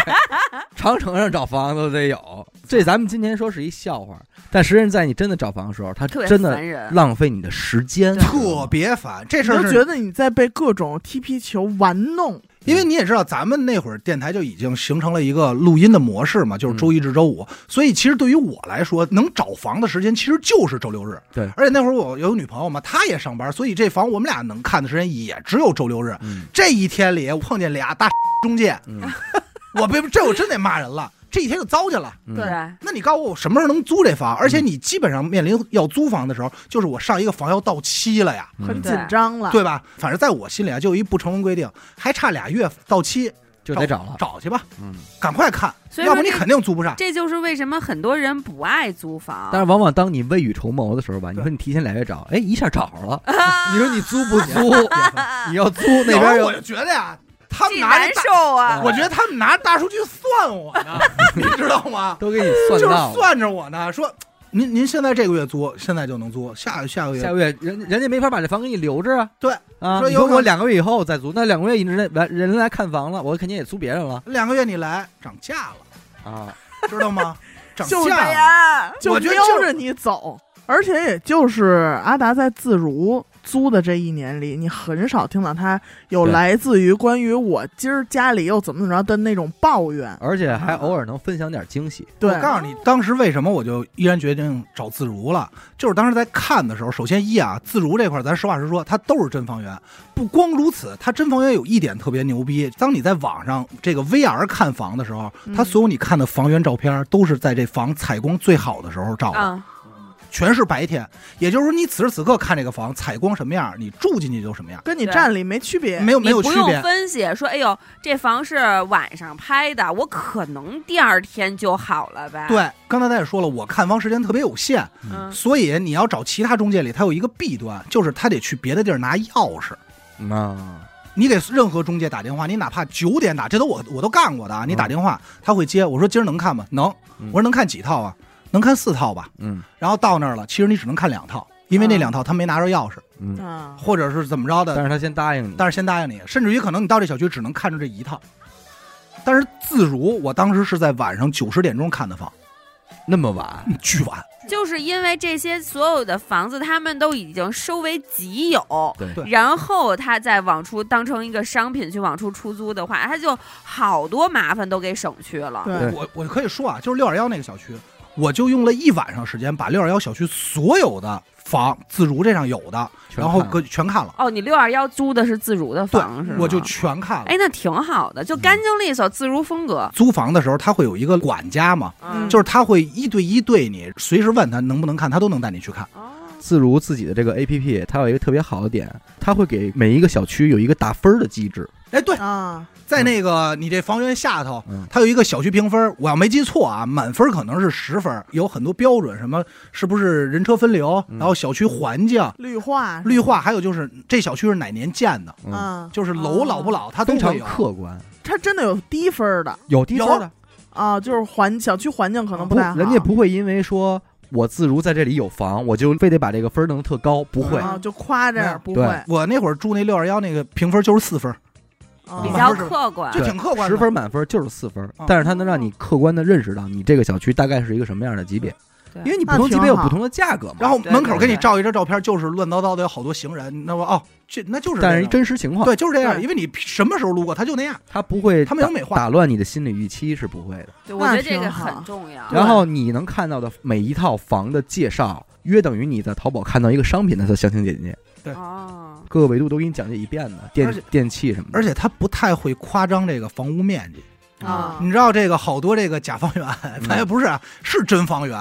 长城上找房子都得有。这咱们今天说是一笑话，但实际上在你真的找房的时候，它
特别
真的
烦人。
浪费你的时间，
特别烦，这
你
事儿
就是觉得你在被各种踢皮球玩弄，
因为你也知道，咱们那会儿电台就已经形成了一个录音的模式嘛，就是周一至周五。所以其实对于我来说，能找房的时间其实就是周六日。
对
而且那会儿我有女朋友嘛，她也上班，所以这房我们俩能看的时间也只有周六日。
嗯
这一天里，我碰见俩大 中介，
嗯
我被这我真得骂人了。这一天就糟践了。
嗯
对，
那你告诉我，我什么时候能租这房？而且你基本上面临要租房的时候，就是我上一个房要到期了呀。
很
嗯
紧张了。
对吧？反正在我心里啊，就有一不成文规定，还差俩月到期
就得找了。
找去吧，
嗯，
赶快看，
所以
要
说
不你
这
肯定租不上。
这就是为什么很多人不爱租房。
但是往往当你未雨绸缪的时候吧，你说你提前俩月 找，哎，一下找着了。你说你租不租？你要租那
有时
边
候
有
我就觉得呀，他们
这
拿
难
着大，
受啊！
我觉得他们拿着大数据算我呢， 你知道吗？
都给你 算
就是
到了。
算着我呢，说您您现在这个月租，现在就能租，下下个
下
月
个月人人家没法把这房给你留着啊。
对
啊，
说
你说
有可能
我两个月以后再租，那两个月以内来人来看房了，我肯定也租别人了
两个月你来涨价了，
啊。
知道 吗？涨
就
价
哎
了。
呀，
就
我觉得
瞄
就
着你走。而且也就是阿达在自如租的这一年里，你很少听到他有
对
来自于关于我今儿家里又怎么怎么着的那种抱怨。
而且还偶尔能分享点惊喜。
对，
呃我告诉你，当时为什么我就依然决定找自如了，就是当时在看的时候，首先一啊，自如这块儿咱实话实说，它都是真房源。不光如此，它真房源有一点特别牛逼，当你在网上这个 VR 看房的时候，它
嗯
所有你看的房源照片都是在这房采光最好啊的时候照的，
嗯，
全是白天。也就是说，你此时此刻看这个房采光什么样，你住进去就什么样，
跟你
对
站里没区别。
没有没
你
有
不
区
用
别。
分析，说哎呦，这房是晚上拍的，我可能第二天就好了呗。，
对，刚才咱也说了，我看房时间特别有限，
嗯，
所以你要找其他中介里，它有一个弊端，就是他得去别的地儿拿钥匙。
嗯啊，
你给任何中介打电话，你哪怕九点打，这都我我都干过的啊。你打电话，他会接。我说今儿能看吗？能。
嗯
我说能看几套啊？能看四套吧。
嗯
然后到那儿了，其实你只能看两套，因为那
啊
两套他没拿着钥匙，
嗯，
啊，
或者是怎么着
但
的。
是他先答应你。
但是先答应你，甚至于可能你到这小区只能看着这一套。但是自如，我当时是在晚上九十点钟看的房，
那么晚，
巨晚，
就是因为这些所有的房子，他们都已经收为己有，
对
对
然后他再往出当成一个商品去往出出租的话，他就好多麻烦都给省去了。
对
对，
我我可以说啊，就是六二幺那个小区，我就用了一晚上时间把六二幺小区所有的房自如这上有的，
全
然后
看
各全看了，
哦，你六二幺租的是自如的
对
房是吗？
我就全看了。
哎，那挺好的，就干净利索，自如风格。
租房的时候，他会有一个管家嘛，
嗯，
就是他会一对一对你，随时问他能不能看，他都能带你去看。
哦
自如自己的这个 A P P，它有一个特别好的点，它会给每一个小区有一个打分儿的机制。
哎，对，
啊，
在那个你这房源下头
嗯，
它有一个小区评分，我要没记错啊，满分可能是十分，有很多标准，什么是不是人车分流，
嗯
然后小区环境、
绿化，
绿化，还有就是这小区是哪年建的，
嗯，
啊，
就是楼
哦
老不老，它啊都
非常
会有。
客观，
它真的有低分儿的
有低分儿的，
啊，就是环小区环境可能
不，
啊
太好，
人家不会因为说我自如在这里有房，我就非得把这个分儿弄得特高，不会。
啊，就夸这
没
样
有
不
对
会，
我那会儿住那六二幺那个评分就是四分，
啊
比
嗯
较
是吧
客观
就。挺客观
十
的。
分满分就是四分
哦，
但是它能让你客观的认识到你这个小区大概是一个什么样的级别，因为你不同级别有不同的价格嘛。
然后
对
门口
对
给你
对
照一张照片，就是乱糟糟的，有好多行人。那我哦，这那就是这样，
但是一真嗯实情况，
对，就是这样，
对
因为你什么时候路过，它就那样。
它不会
它没有美化
打打乱你的心理预期是不会的。
对，我觉得
那
这个
挺好
很重要。
然后你能看到的每一套房的介详，约等于你在淘宝看到一个商品的它详情简介，
对
哦，
各个维度都给你讲解一遍的，
而且
电电器什么的。
而且它不太会夸张这个房屋面积。
嗯
嗯
啊
你知道这个好多这个假房源，咱也不是啊，是真房源，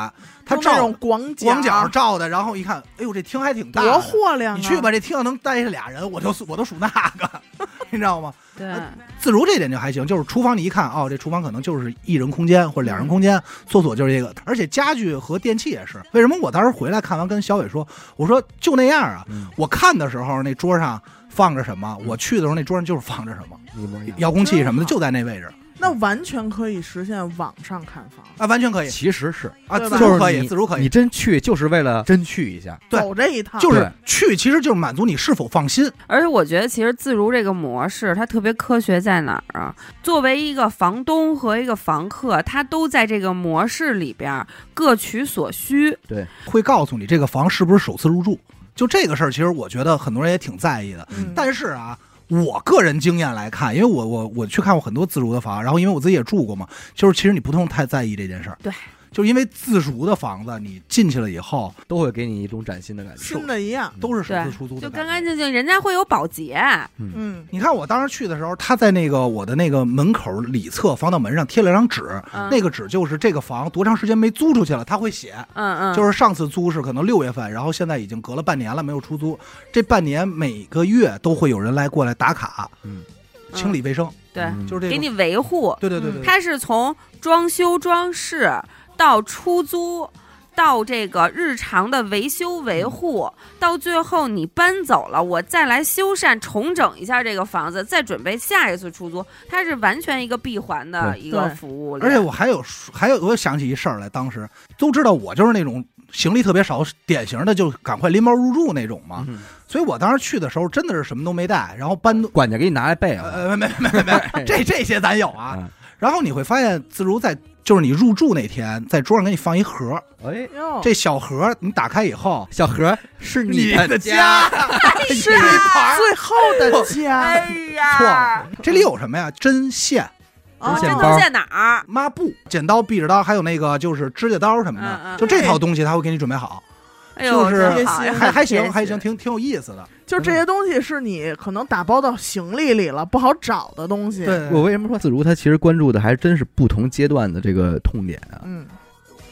它
用那
照
种广
广角
角
照的，然后一看，哎呦，这厅还挺大
多
的。
豁亮啊！
你去吧，这厅要能待下俩人，我就我都数那个， 你知道吗？
对，
自如这点就还行，就是厨房你一看，哦，这厨房可能就是一人空间或者两人空间，厕所就是这个，而且家具和电器也是。为什么我当时回来看完跟小伟说，我说就那样啊，
嗯
我看的时候那桌上放着什么，我去的时候那桌上就是放着什么，
嗯一模一样。
遥控器什
嗯
么的
真好
就在那位置
那完全可以实现网上看房，
啊，完全可以
其实是
啊，
对
自
吧
就是
如可以，
你
自如可以
你，真去就是为了真去一下，
对
走这一趟
就是
对
去，其实就是满足你是否放心。
而且我觉得其实自如这个模式它特别科学在哪儿啊？作为一个房东和一个房客，他都在这个模式里边儿各取所需。
会告诉你这个房是不是首次入住。就这个事儿，其实我觉得很多人也挺在意的。
嗯
但是啊，我个人经验来看，因为我我我去看过很多自如的房，然后因为我自己也住过嘛，就是其实你不用太在意这件事儿。
对，
就是因为自如的房子，你进去了以后
都会给你一种崭新的感觉。
新的一样，
都是首
对
次出租的，
就干干。净净，人家会有保洁。
嗯，
你看我当时去的时候，他在那个我的那个门口里侧防盗门上贴了张纸，
嗯、
那个纸就是这个房多长时间没租出去了，他会写。
嗯嗯，
就是上次租是可能六月份，然后现在已经隔了半年了没有出租，这半年每个月都会有人来过来打卡，
嗯，
清理卫生，
对，
嗯
就是这
给
种，
你维护。
对对对对，
它是从装修装饰到出租，到这个日常的维修维
嗯
护，到最后你搬走了，我再来修缮重整一下这个房子，再准备下一次出租，它是完全一个闭环的
对
一个
对
服务链。
而且我还有还有，我想起一事儿来，当时都知道我就是那种行李特别少，典型的就赶快拎包入住那种嘛，
嗯
所以我当时去的时候真的是什么都没带，然后 搬都
管家给你拿来备啊，
呃没没没没，这这些咱有
嗯
啊，然后你会发现自如在就是你入住那天在桌上给你放一盒，
哎，
哟，
这小盒你打开以后。
小何是
的
的
家，是一盘儿
最后的家，
哎
错
呀
了，，这里有什么呀？针线、
啊
针线
针
包
头在哪儿？
抹布、剪刀、壁纸刀，还有那个就是指甲刀什么
嗯嗯
的，就这套东西他会给你准备好，
哎呦，
就是
真好
贴心
还还
真
行
好
还行，挺挺有意思的。
就这些东西是你可能打包到行李里了，不好找的东西。，
对，
我为什么说自如他其实关注的还真是不同阶段的这个痛点啊？
嗯，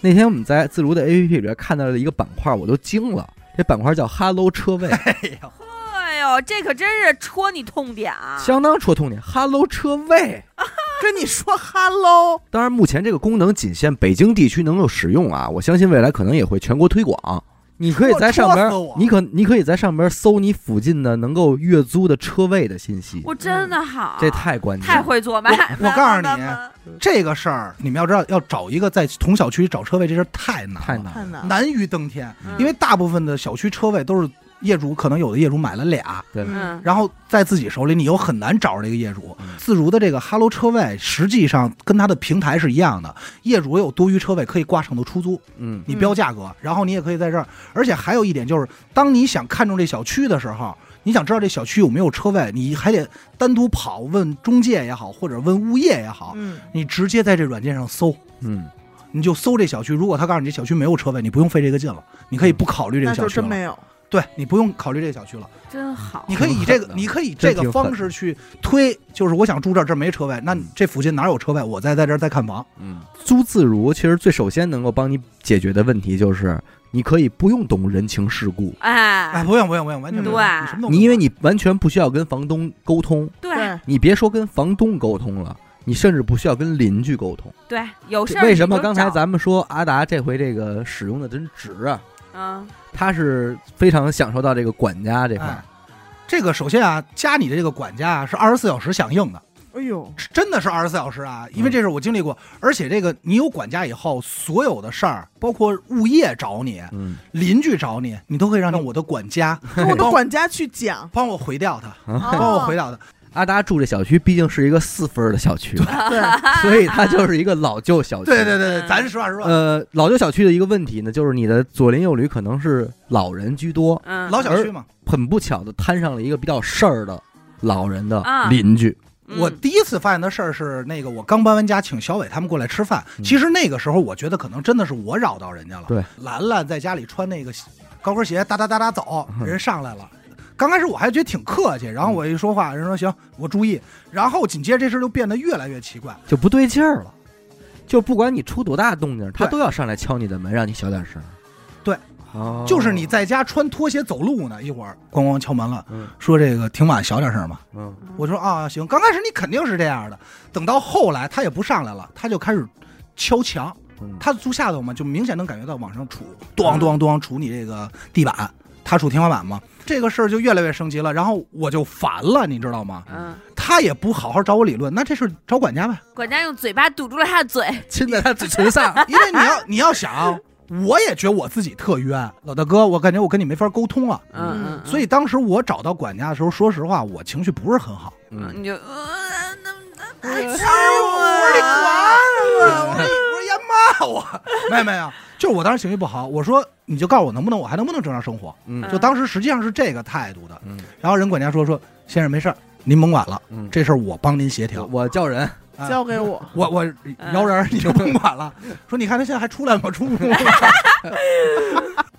那天我们在自如的 APP 里边看到了一个板块，我都惊了。这板块叫 “Hello 车位
哎呦，
哎呦，这可真是戳你痛点”，啊！
相当戳痛点。“Hello 车位
跟你说 hello，”，
当然目前这个功能仅限北京地区能够使用啊，我相信未来可能也会全国推广。你可以在上边
戳死我，
你可你可以在上边搜你附近的能够月租的车位的信息，
我真的好，
这太关键
太
了。
会做买卖了。
我告诉你
妈妈
这个事儿你们要知道，要找一个在同小区找车位这事儿太难了，
太难了，
太难了，
难于登天。
嗯
因为大部分的小区车位都是业主可能有的业主买了俩，
对，
嗯，
然后在自己手里你又很难找着这个业主
嗯。
自如的这个哈喽车位实际上跟它的平台是一样的，业主有多余车位可以挂上头出租，
嗯
你标价格，然后你也可以在这儿。而且还有一点就是，当你想看中这小区的时候，你想知道这小区有没有车位，你还得单独跑问中介也好，或者问物业也好，
嗯，
你直接在这软件上搜。
嗯，
你就搜这小区，如果他告诉你这小区没有车位，你不用费这个劲了，你可以不考虑这
那
个小
就
区
真
了。
没有。
对，你不用考虑这个小区了，
真好
你。可以以这
挺，
个
狠的
你可以以这
真
个
挺狠
方式去推，就是我想住这儿，这儿没车位，那你这附近哪有车位？我再在这儿再看房。
嗯，租自如其实最首先能够帮你解决的问题就是，你可以不用懂人情世故，
哎，
哎，
不用不用不用，完全不用，
嗯
你什么都不
你
用
因为你完全不需要跟房东沟通，
对
对，
你别说跟房东沟通了，你甚至不需要跟邻居沟通。
对，有事儿
为
你
什么
就
刚才
找
咱们说阿达这回这个使用的真值啊？
嗯
他是非常享受到这个管家这块
哎
儿，，
这个首先啊，加你的这个管家啊是二十四小时响应的，
哎呦，
真的是二十四小时啊，因为
嗯
这是我经历过，而且这个你有管家以后，所有的事儿，包括物业找你、
嗯，
邻居找你，你都可以让我的管家
跟我的管家去讲，啊
帮我毁掉他，
哦
帮
帮我毁掉他。
阿达住这小区毕竟是一个四分儿的小区，
对，
所以它就是一个老旧小区。
对对对
嗯
对，咱实话实说，
呃，老旧小区的一个问题呢，就是你的左邻右里可能是老人居多，
嗯，
老小区嘛。
很不巧的摊上了一个比较事儿的老人的
啊
邻居。
嗯
我第一次发现的事儿是，那个我刚搬完家，请小伟他们过来吃饭。
嗯
其实那个时候，我觉得可能真的是我扰到人家了。
对，
兰兰在家里穿那个高跟鞋，哒哒哒哒走，
嗯
人上来了。刚开始我还觉得挺客气，然后我一说话，人说行，我注意。然后紧接着这事儿就变得越来越奇怪。
就不对劲儿了。就不管你出多大动静，他
对
都要上来敲你的门，让你小点声。
对，
哦，
就是你在家穿拖鞋走路呢，一会儿咣咣敲门了，
嗯
说这个挺晚，小点声嘛。
嗯
我说啊，行。刚开始你肯定是这样的，等到后来他也不上来了，他就开始敲墙。
嗯，
他住下头嘛，就明显能感觉到往上杵，咣咣咣杵你这个地板，他杵天花板嘛。这个事儿就越来越升级了，然后我就烦了，你知道吗？
嗯，
他也不好好找我理论，那这事儿找管家呗，
管家用嘴巴堵住了他的嘴，
亲在他嘴唇 上，
因为你要你要想，我也觉得我自己特冤，老大哥，我感觉我跟你没法沟通了。
嗯，嗯
所以当时我找到管家的时候，说实话，我情绪不是很好。
嗯
嗯，
你就呃，那那
哎呦
那
我说你管
哎
我，我说 我说要骂我， 没有没有，就是我当时情绪不好，我说你就告诉我能不能，我还能不能正常生活？
嗯
就当时实际上是这个态度的。
嗯
然后人管家说说先生没事儿，您甭管了，
嗯，
这事儿我帮您协调
我。嗯我叫人，
啊
交给我。
我我摇人儿，你就甭管了。说你看他现在还出来吗？出不出来？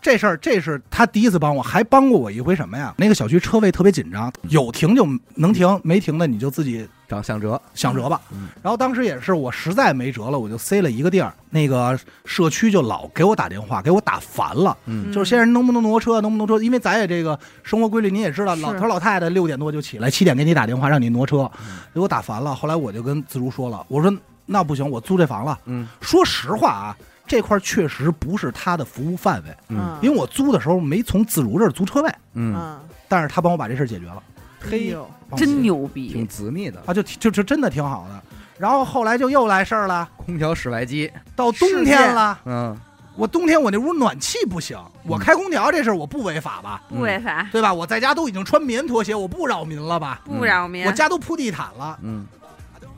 这事儿，这是他第一次帮我，还帮过我一回什么呀？那个小区车位特别紧张，有停就能停，没停的你就自己
找向哲，
想辙吧
嗯。
然后当时也是我实在没辙了，我就塞了一个地儿，那个社区就老给我打电话，给我打烦了。
嗯
就是先生能不能挪车，能不能挪车？因为咱也这个生活规律，您也知道，
是
老头老太太六点多就起来，七点给你打电话让你挪车
嗯，
给我打烦了。后来我就跟自如说了，我说那不行，我租这房了。
嗯
说实话啊，这块确实不是他的服务范围，
嗯
因为我租的时候没从自如这儿租车位，
嗯，
啊，
但是他帮我把这事儿解决了，
嘿
哎呦
帮我解决
真牛
挺
逼，
直密的，
啊，就就就真的挺好的。然后后来就又来事儿了，
空调室外机，
到
世
冬
界
天了，
嗯，
我冬天我那屋暖气不行，我开空调这事儿我不违法吧？
不 违法，
对吧？我在家都已经穿棉拖鞋，我不扰民了吧？
不扰民。
我家都铺地毯了。
嗯，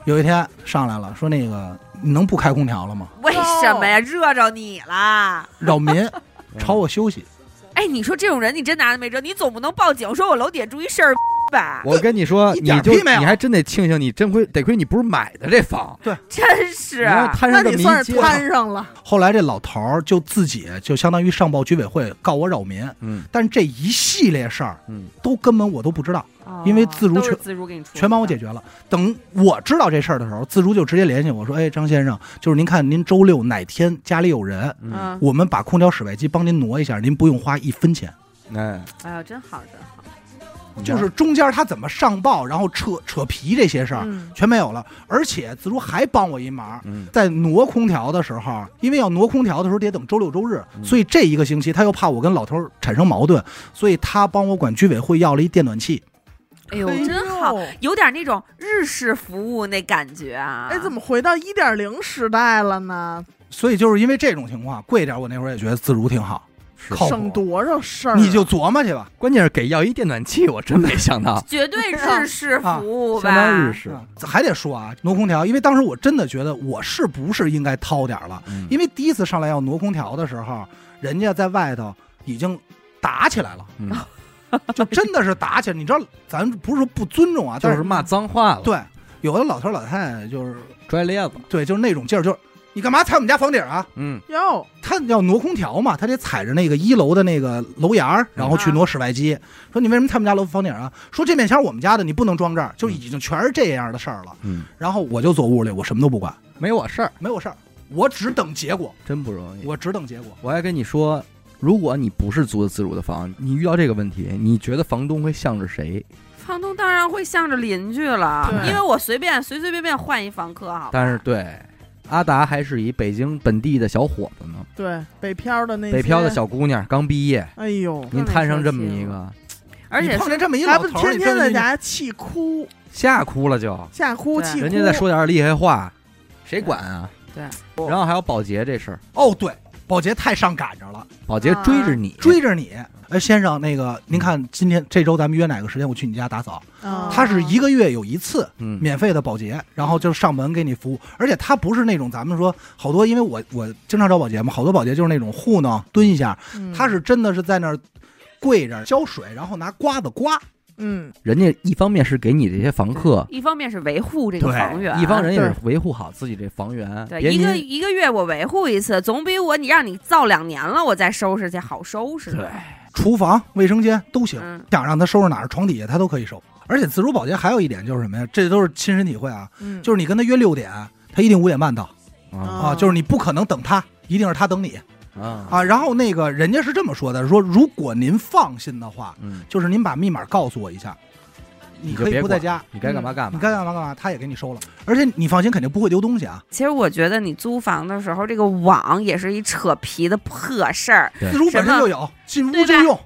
有一天上来了，说那个你能不开空调了吗？
为什么呀？热着你啦！
扰 民，
嗯
吵我休息。
哎，你说这种人你真拿他没辙，你总不能报警说我楼底下住一事儿吧？
我跟你说，
一
你
点
就
屁没有
你还真得庆幸，你真亏得亏你不是买的这房，
真是
你要
啊
是摊
那
上这么
你
一
算是
街
摊上了，
后来这老头儿就自己就相当于上报居委会告我扰民，
嗯
但这一系列事儿
嗯
都根本我都不知道，
哦
因为自如
都是
全
自如给你出，
全帮我解
决。
决了。等我知道这事儿的时候，自如就直接联系我说：“哎，张先生，就是您看您周六哪天家里有人，
嗯，
我们把空调室外机帮您挪一下，您不用花一分钱。”
哎，
哎呦，真好，真好。
嗯就是中间他怎么上报，然后扯扯皮这些事儿、
嗯
全没有了。而且自如还帮我一忙，
嗯
在挪空调的时候，因为要挪空调的时候得等周六周日，
嗯
所以这一个星期他又怕我跟老头儿产生矛盾，所以他帮我管居委会要了一电暖气。
哎呦，
哎呦
真好，有点那种日式服务那感觉啊。，
哎，怎么回到一点零时代了呢？
所以就是因为这种情况，贵点儿我那会儿也觉得自如挺好。
是
靠谱
省多少事儿啊？
你就琢磨去吧。
关键是给要一电暖气，我真没想到
绝对日式服务吧，
啊相当日式。
啊还得说啊，挪空调，因为当时我真的觉得我是不是应该掏点儿了，
嗯
因为第一次上来要挪空调的时候，人家在外头已经打起来了，
嗯
就真的是打起来。你知道，咱不是说不尊重 啊，
就
但
是骂脏话了，
对有的老头老太太就是
拽咧子，
对，就是那种劲儿，就是你干嘛踩我们家房顶啊？
嗯
哟，
他要挪空调嘛，他得踩着那个一楼的那个楼沿儿，然后去挪室外机。
嗯
说你为什么踩我们家楼房顶啊？说这面墙我们家的，你不能装这儿，啊就已经全是这样的事儿了。
嗯，
然后我就坐屋里，我什么都不管，
没我事儿，
没有事儿，我只等结果，
真不容易。
我只等结果。
我还跟你说，如果你不是租的自主的房，你遇到这个问题，你觉得房东会向着谁？
房东当然会向着邻居了，
对
因为我随便随随便便换一房客好吧，
但是对，阿达还是以北京本地的小伙子呢，
对，北漂的那些
北漂的，小姑娘刚毕业，
哎呦，
您摊上这么一个，
而且
你碰见这么一
还
老
不
头儿，
天
你
天
真
在
的
家气哭，
吓哭了就，
吓哭
对
气哭，
人家再说点厉害话，谁管啊？
对，
然后还有保洁这事儿，
哦，对，保洁太上赶着了，
保洁追着你，
追着你。哎，先生，那个您看，今天这周咱们约哪个时间？我去你家打扫。
啊，
他是一个月有一次，
嗯，
免费的保洁，然后就是上门给你服务，而且他不是那种咱们说好多，因为我我经常找保洁嘛，好多保洁就是那种糊弄蹲一下，
嗯
他是真的是在那儿跪着浇水，然后拿刮子刮，
嗯，
人家一方面是给你这些房客，
一方面是维护这个
对
房源，
一方人也是
对
维护好自己这房源，
对
别
一个
您
一个月我维护一次，总比我你让你造两年了我再收拾去好收拾。
对，
厨房、卫生间都行，
嗯，
想让他收拾哪儿，床底下他都可以收。而且自主保洁还有一点就是什么呀？这都是亲身体会啊，
嗯
就是你跟他约六点，他一定五点半到
啊
啊，就是你不可能等他，一定是他等你
啊
啊。然后那个人家是这么说的，说如果您放心的话，
嗯，
就是您把密码告诉我一下，你
你
可
就
以
别
不在
管
家，
嗯你该干嘛干
你
嘛，
该干嘛干嘛，他也给你收了。而且你放心，肯定不会丢东西啊。
其实我觉得你租房的时候，这个网也是一扯皮的破事儿。
对
自主本身就有，啊进屋
对
就
吧
用。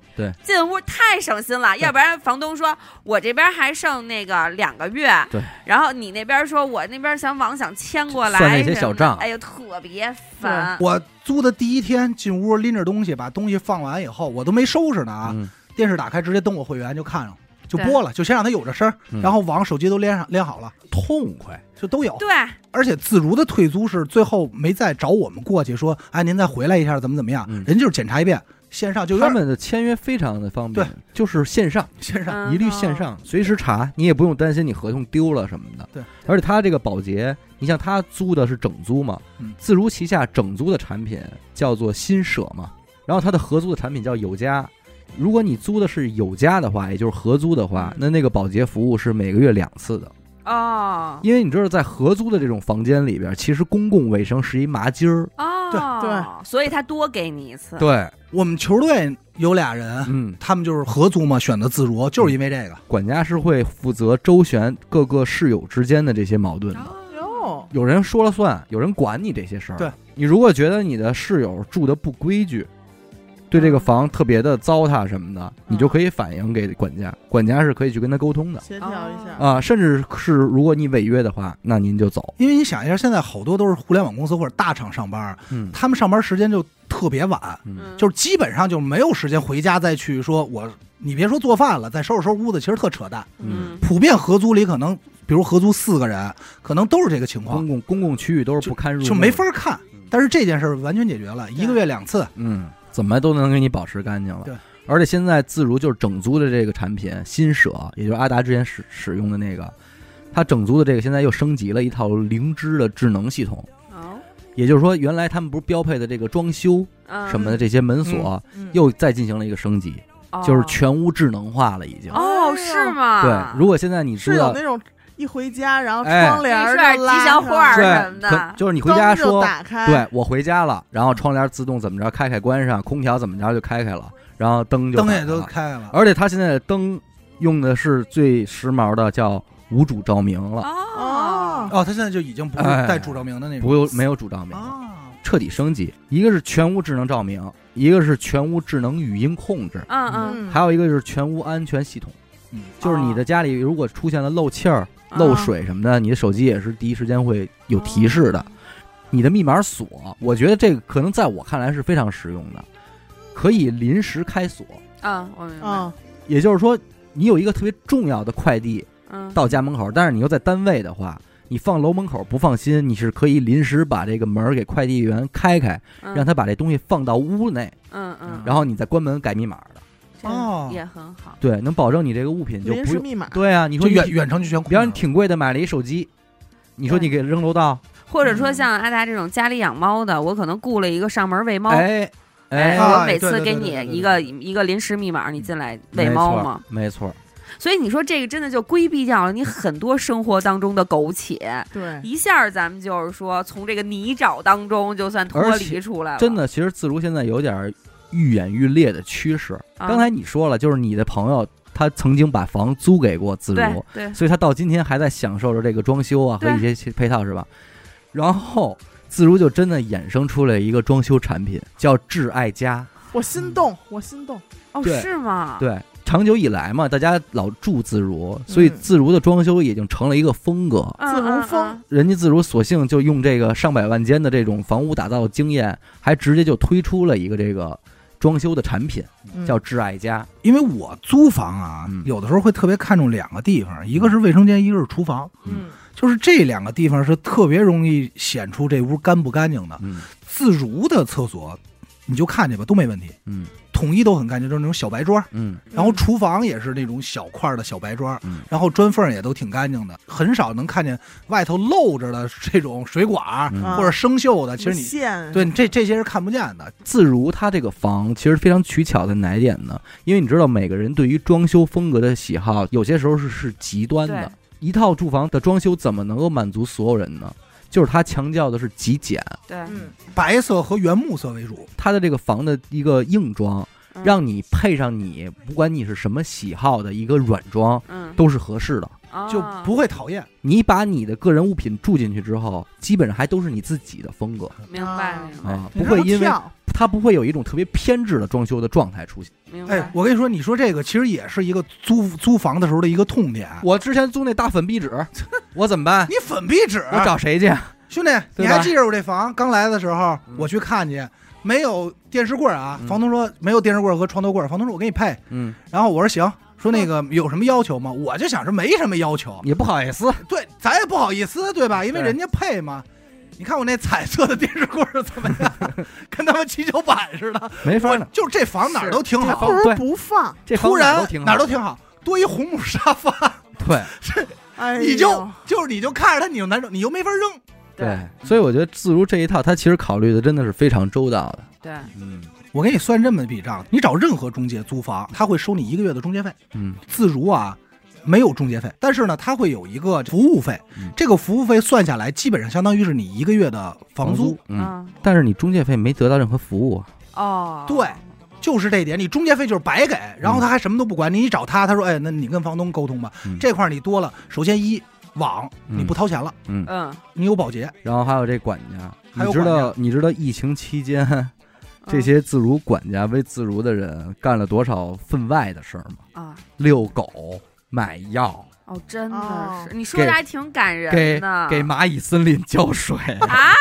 进屋太省心了，要不然房东说我这边还剩那个两个月，
对，
然后你那边说我那边想网想迁过来，
算那些
什么的
小账
哎呦特别烦。
我租的第一天进屋拎着东西，把东西放完以后，我都没收拾呢啊！
嗯
电视打开，直接登我会员就看上，就播了，就先让它有这声儿，
嗯
然后网、手机都连上连好了，
痛快，
就都有。
对，
而且自如的退租是最后没再找我们过去说，哎，您再回来一下，怎么怎么样？
嗯
人就是检查一遍，线上就有
他
点
们的签约非常的方便
对，
就是线上。
线上。
嗯
一律线上，随时查，你也不用担心你合同丢了什么的。
对，
而且他这个保洁，你像他租的是整租嘛
嗯，
自如旗下整租的产品叫做新舍嘛，然后它的合租的产品叫有家。如果你租的是有家的话，也就是合租的话，
嗯
那那个保洁服务是每个月两次的，
哦
因为你知道，在合租的这种房间里边，其实公共卫生是一麻筋儿。
哦，对，所以他多给你一次。
对，
我们球队有俩人，
嗯，
他们就是合租嘛，选择自如，就是因为这个。
管家是会负责周旋各个室友之间的这些矛
哦
盾的。
哎哟，
有人说了算，有人管你这些事儿。
对，
你如果觉得你的室友住的不规矩，对这个房特别的糟蹋什么的，你就可以反映给管家，管家是可以去跟他沟通的
协调一
嗯
下，
啊。甚至是如果你违约的话，那您就走。
因为你想一下，现在好多都是互联网公司或者大厂上班，
嗯
他们上班时间就特别晚，
嗯，
就是基本上就没有时间回家再去说我，你别说做饭了，再收拾收拾屋子，其实特扯淡。
嗯
嗯，
普遍合租里可能，比如合租四个人，可能都是这个情况
公，共公共区域都是不嗯堪入目的
就没法看
嗯。
但是这件事儿完全解决了，一个月两次，
嗯，怎么都能给你保持干净了。
对。
而且现在自如就是整租的这个产品新舍，也就是阿达之前使使用的那个，它整租的这个现在又升级了一套灵芝的智能系统，
哦，
也就是说，原来他们不是标配的这个装修
嗯
什么的这些门锁，
嗯
又再进行了一个升级，就是全屋智能化了，已经。
嗯哦，
哎呦
是吗？
对，如果现在你
是
知
有
道
那，种一回家然后
哎
窗帘儿
没事儿
就拉
吉祥
上
画儿
对
什，么的
可就是你回
灯
家
就
说，
打开，
对我回家了，然后窗帘自动怎么着开开关上，空调怎么着就开开了，然后灯就
灯
打
也
开
都
了啊
开了。
而且它现在的灯用的是最时髦的，叫无主照明了，
哦，
哦，他现在就已经不是
哎
带主照明的那种
不没有主照明了，
啊，
彻底升级。一个是全屋智能照明，一个是全屋智能语音控制，
嗯嗯，
嗯，
还有一个就是全屋安全系统。
嗯，
就是你的家里如果出现了漏气儿、漏水什么的，你的手机也是第一时间会有提示的。你的密码锁，我觉得这个可能在我看来是非常实用的。可以临时开锁，
嗯，我明
哦
白，
啊，
也就是说，你有一个特别重要的快递
嗯，
到家门口，但是你又在单位的话，你放楼门口不放心，你是可以临时把这个门儿给快递员开开，
嗯
让他把这东西放到屋内，
嗯嗯，
然后你再关门改密码的。
这
哦
也很好，
对，能保证你这个物品就
临
不
时
用。
密码，
对啊，你
就
说
远
远，
远程就全控
比方你
制。
挺贵的买了一手机，你说你给扔楼道，
或者说
嗯
像阿达这种家里养猫的，我可能雇了一个上门喂猫，
哎哎，
哎，我每
啊对
次
对
给
对
你
对对
一个一个临时密码，你进来喂
没
猫
错
嘛。？哎
没错，
所以你说这个真的就规避掉了你很多生活当中的苟且，
对，
一下儿咱们就是说从这个泥沼当中就算脱
而
离
且
出来了。
真，的，其实自如现在有点儿愈演愈烈的趋势。
啊、
刚才你说了，就是你的朋友他曾经把房租给过自
对
如，
对，
所以他到今天还在享受着这个装修啊和
对
一些其配套是吧？然后自如就真的衍生出了一个装修产品，叫挚爱家。
我心动，我心动，
哦，
对
是吗？
对，长久以来嘛，大家老住自如，所以
嗯
自如的装修已经成了一个风格。
嗯，
自
嗯
如风，
人家自如索性就用这个上百万间的这种房屋打造经验，还直接就推出了一个这个装修的产品，
嗯
叫挚爱家。
因为我租房啊
嗯，
有的时候会特别看重两个地方，一个是卫生间，一个是厨房。
嗯，
就是这两个地方是特别容易显出这屋干不干净的。
嗯
自如的厕所，你就看去吧，都没问题，
嗯
统一都很干净，就是那种小白砖。
嗯
然后厨房也是那种小块儿的小白砖，
嗯
然后砖缝也都挺干净的，很少能看见外头露着的这种水管儿、
嗯
啊
或者生锈的。其实你
线，
对这这些是看不见的。
自如它这个房其实非常取巧在哪一点呢？因为你知道每个人对于装修风格的喜好，有些时候是是极端
对
的。一套住房的装修怎么能够满足所有人呢？就是它强调的是极简，
对，
嗯，
白色和原木色为主，
它的这个房的一个硬装，
嗯
让你配上你不管你是什么喜好的一个软装，
嗯哦
都是合适的。
就
啊
不会讨厌。
你把你的个人物品住进去之后，基本上还都是你自己的风格
哦明白明白
哎
啊，不会因为
跳
它不会有一种特别偏执的装修的状态出现。
明白。
哎，我跟你说，你说这个其实也是一个租租房的时候的一个痛点。
我之前租那大粉壁 纸，我怎么办？
你粉壁纸，
我找谁去？啊
兄弟，
对
你
吧
还记着我这房刚来的时候
嗯，
我去看去，没有电视柜儿啊
嗯。
房东说没有电视柜儿和床头柜儿，房东说我给你配。
嗯，
然后我说行，说
嗯
那个有什么要求吗？我就想着没什么要求，
也不好意思。
对，咱也不好意思，对吧？因为
对
人家配嘛。你看我那彩色的电视柜儿怎么样？跟他妈七巧板似的。
没法
我
弄，
就是这房哪儿都挺
是这
好
房
不，如
啊对
不放，
这房
突然
哪都挺
哪
好
儿都挺好，多一红木沙发，
对
哎呦，
你就就是你就看着它，你就难受，你又没法扔。
对，所以我觉得自如这一套，它其实考虑的真的是非常周到的。
对，
嗯
我给你算这么一笔账，你找任何中介租房，他会收你一个月的中介费。
嗯
自如啊，没有中介费，但是呢，它会有一个服务费
嗯，
这个服务费算下来，基本上相当于是你一个月的房租。，
嗯，
嗯
但是你中介费没得到任何服务啊，
哦，
对就是这一点，你中介费就是白给，然后他还什么都不管。你一找他，他说：“哎，那你跟房东沟通吧，
嗯
这块儿你多了。首先一网
嗯
你不掏钱了，
嗯，
嗯，
你有保洁，
然后还有这管家，啊
还有
你知
管
道你知道疫情期间
嗯
这些自如管家为自如的人干了多少分外的事儿吗？
嗯啊，
遛狗、买药、
哦，真的
哦
是，你说的
给
还挺感
给
人的，
给蚂蚁森林浇水，
啊，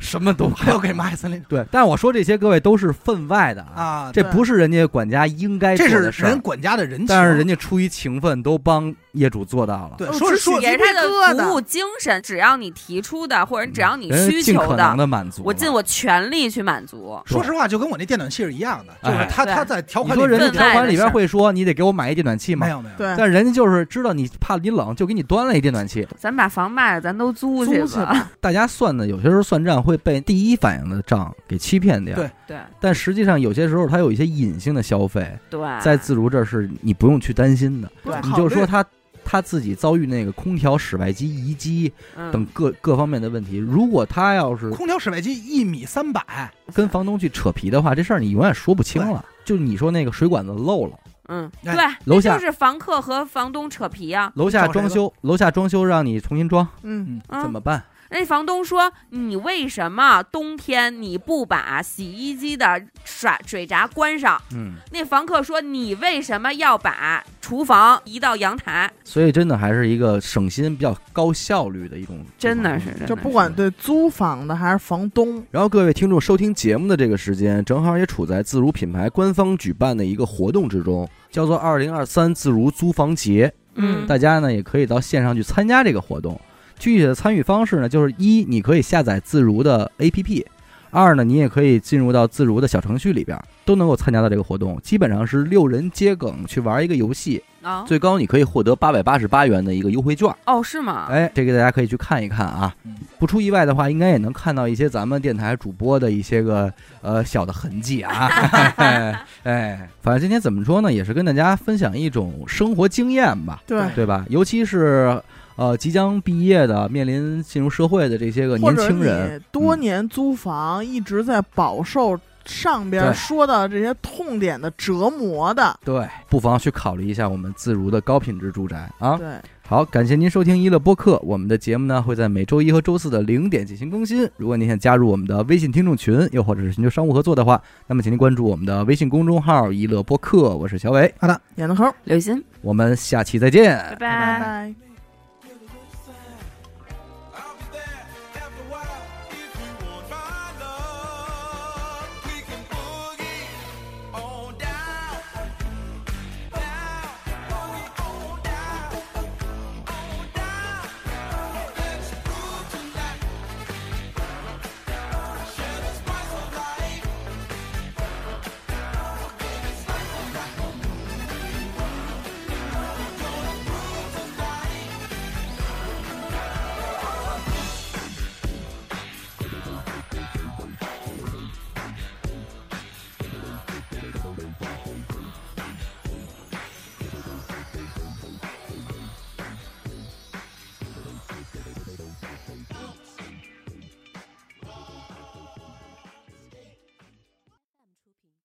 什么都
还
干
要给蚂蚁森林
对，但我说这些各位都是分外的啊，
啊。
这
对
不是人家管家应该
这
做
是
的事儿
人。管家的人情，
但是人家出于情分都帮业主做到了，
对
哦
说
只
是说
许
给他的
鸡皮疙瘩
服务精神，只要你提出的，或者只要你
人家
需
嗯尽
求
可能的满足了。
我尽我全力去满足。
说实话，就跟我那电暖器是一样的，就
哎
是他
对
他在条
你
款里
说人家
分
条
外
款
的
里边
事儿
会说你得给我买一电暖器
没
吗？
有没有，
对，
但人家就是知道你怕你冷，就给你端了一电暖器。
咱把房卖了，咱都租
租去
吧。
大家算的有些时候算账会被第一反应的账给欺骗掉。
对
对
但实际上有些时候它有一些隐性的消费，
对，
在自如这儿是你不用去担心的。
不
对
你
考
就
虑
说他他自己遭遇那个空调室外机移机
嗯
等各各方面的问题，如果他要是
空调室外机一米三百，
跟房东去扯皮的话，这事儿你永远说不清了。就你说那个水管子漏了，
嗯，
哎
对，
楼
这
下
就是房客和房东扯皮啊。
楼下
找谁
装修，楼下装修让你重新装，
嗯，
嗯
怎么办？
那房东说：“你为什么冬天你不把洗衣机的水水闸关上？”
嗯，
那房客说：“你为什么要把厨房移到阳台
所以真的还是一个省心、比较高效率的一种，？”嗯
真的是，。真
就
的
不
是
管对租房的还是房东，
然后各位听众收听节目的这个时间，正好也处在自如品牌官方举办的一个活动之中，叫做“二零二三自如租房节”。
嗯
大家呢也可以到线上去参加这个活动。具体的参与方式呢，就是一，你可以下载自如的 APP；二呢，你也可以进入到自如的小程序里边，都能够参加到这个活动。基本上是六人接梗去玩一个游戏，
啊
最高你可以获得八百八十八元的一个优惠券。
哦是吗？
哎，这个大家可以去看一看啊
嗯。
不出意外的话，应该也能看到一些咱们电台主播的一些个呃小的痕迹啊。哎哎，反正今天怎么说呢，也是跟大家分享一种生活经验吧。
对，
对吧？尤其是呃即将毕业的、面临进入社会的这些个
或
年
者
轻人，嗯
你多年租房一直在饱受上边
对
说到这些痛点的折磨的，
对，不妨去考虑一下我们自如的高品质住宅啊。
对，
好，感谢您收听一乐播客，我们的节目呢会在每周一和周四的零点进行更新。如果您想加入我们的微信听众群，又或者是寻求商务合作的话，那么请您关注我们的微信公众号“一乐播客”，我是小伟，
演的抠，
刘鑫，嗯
我们下期再见。
拜
拜
拜。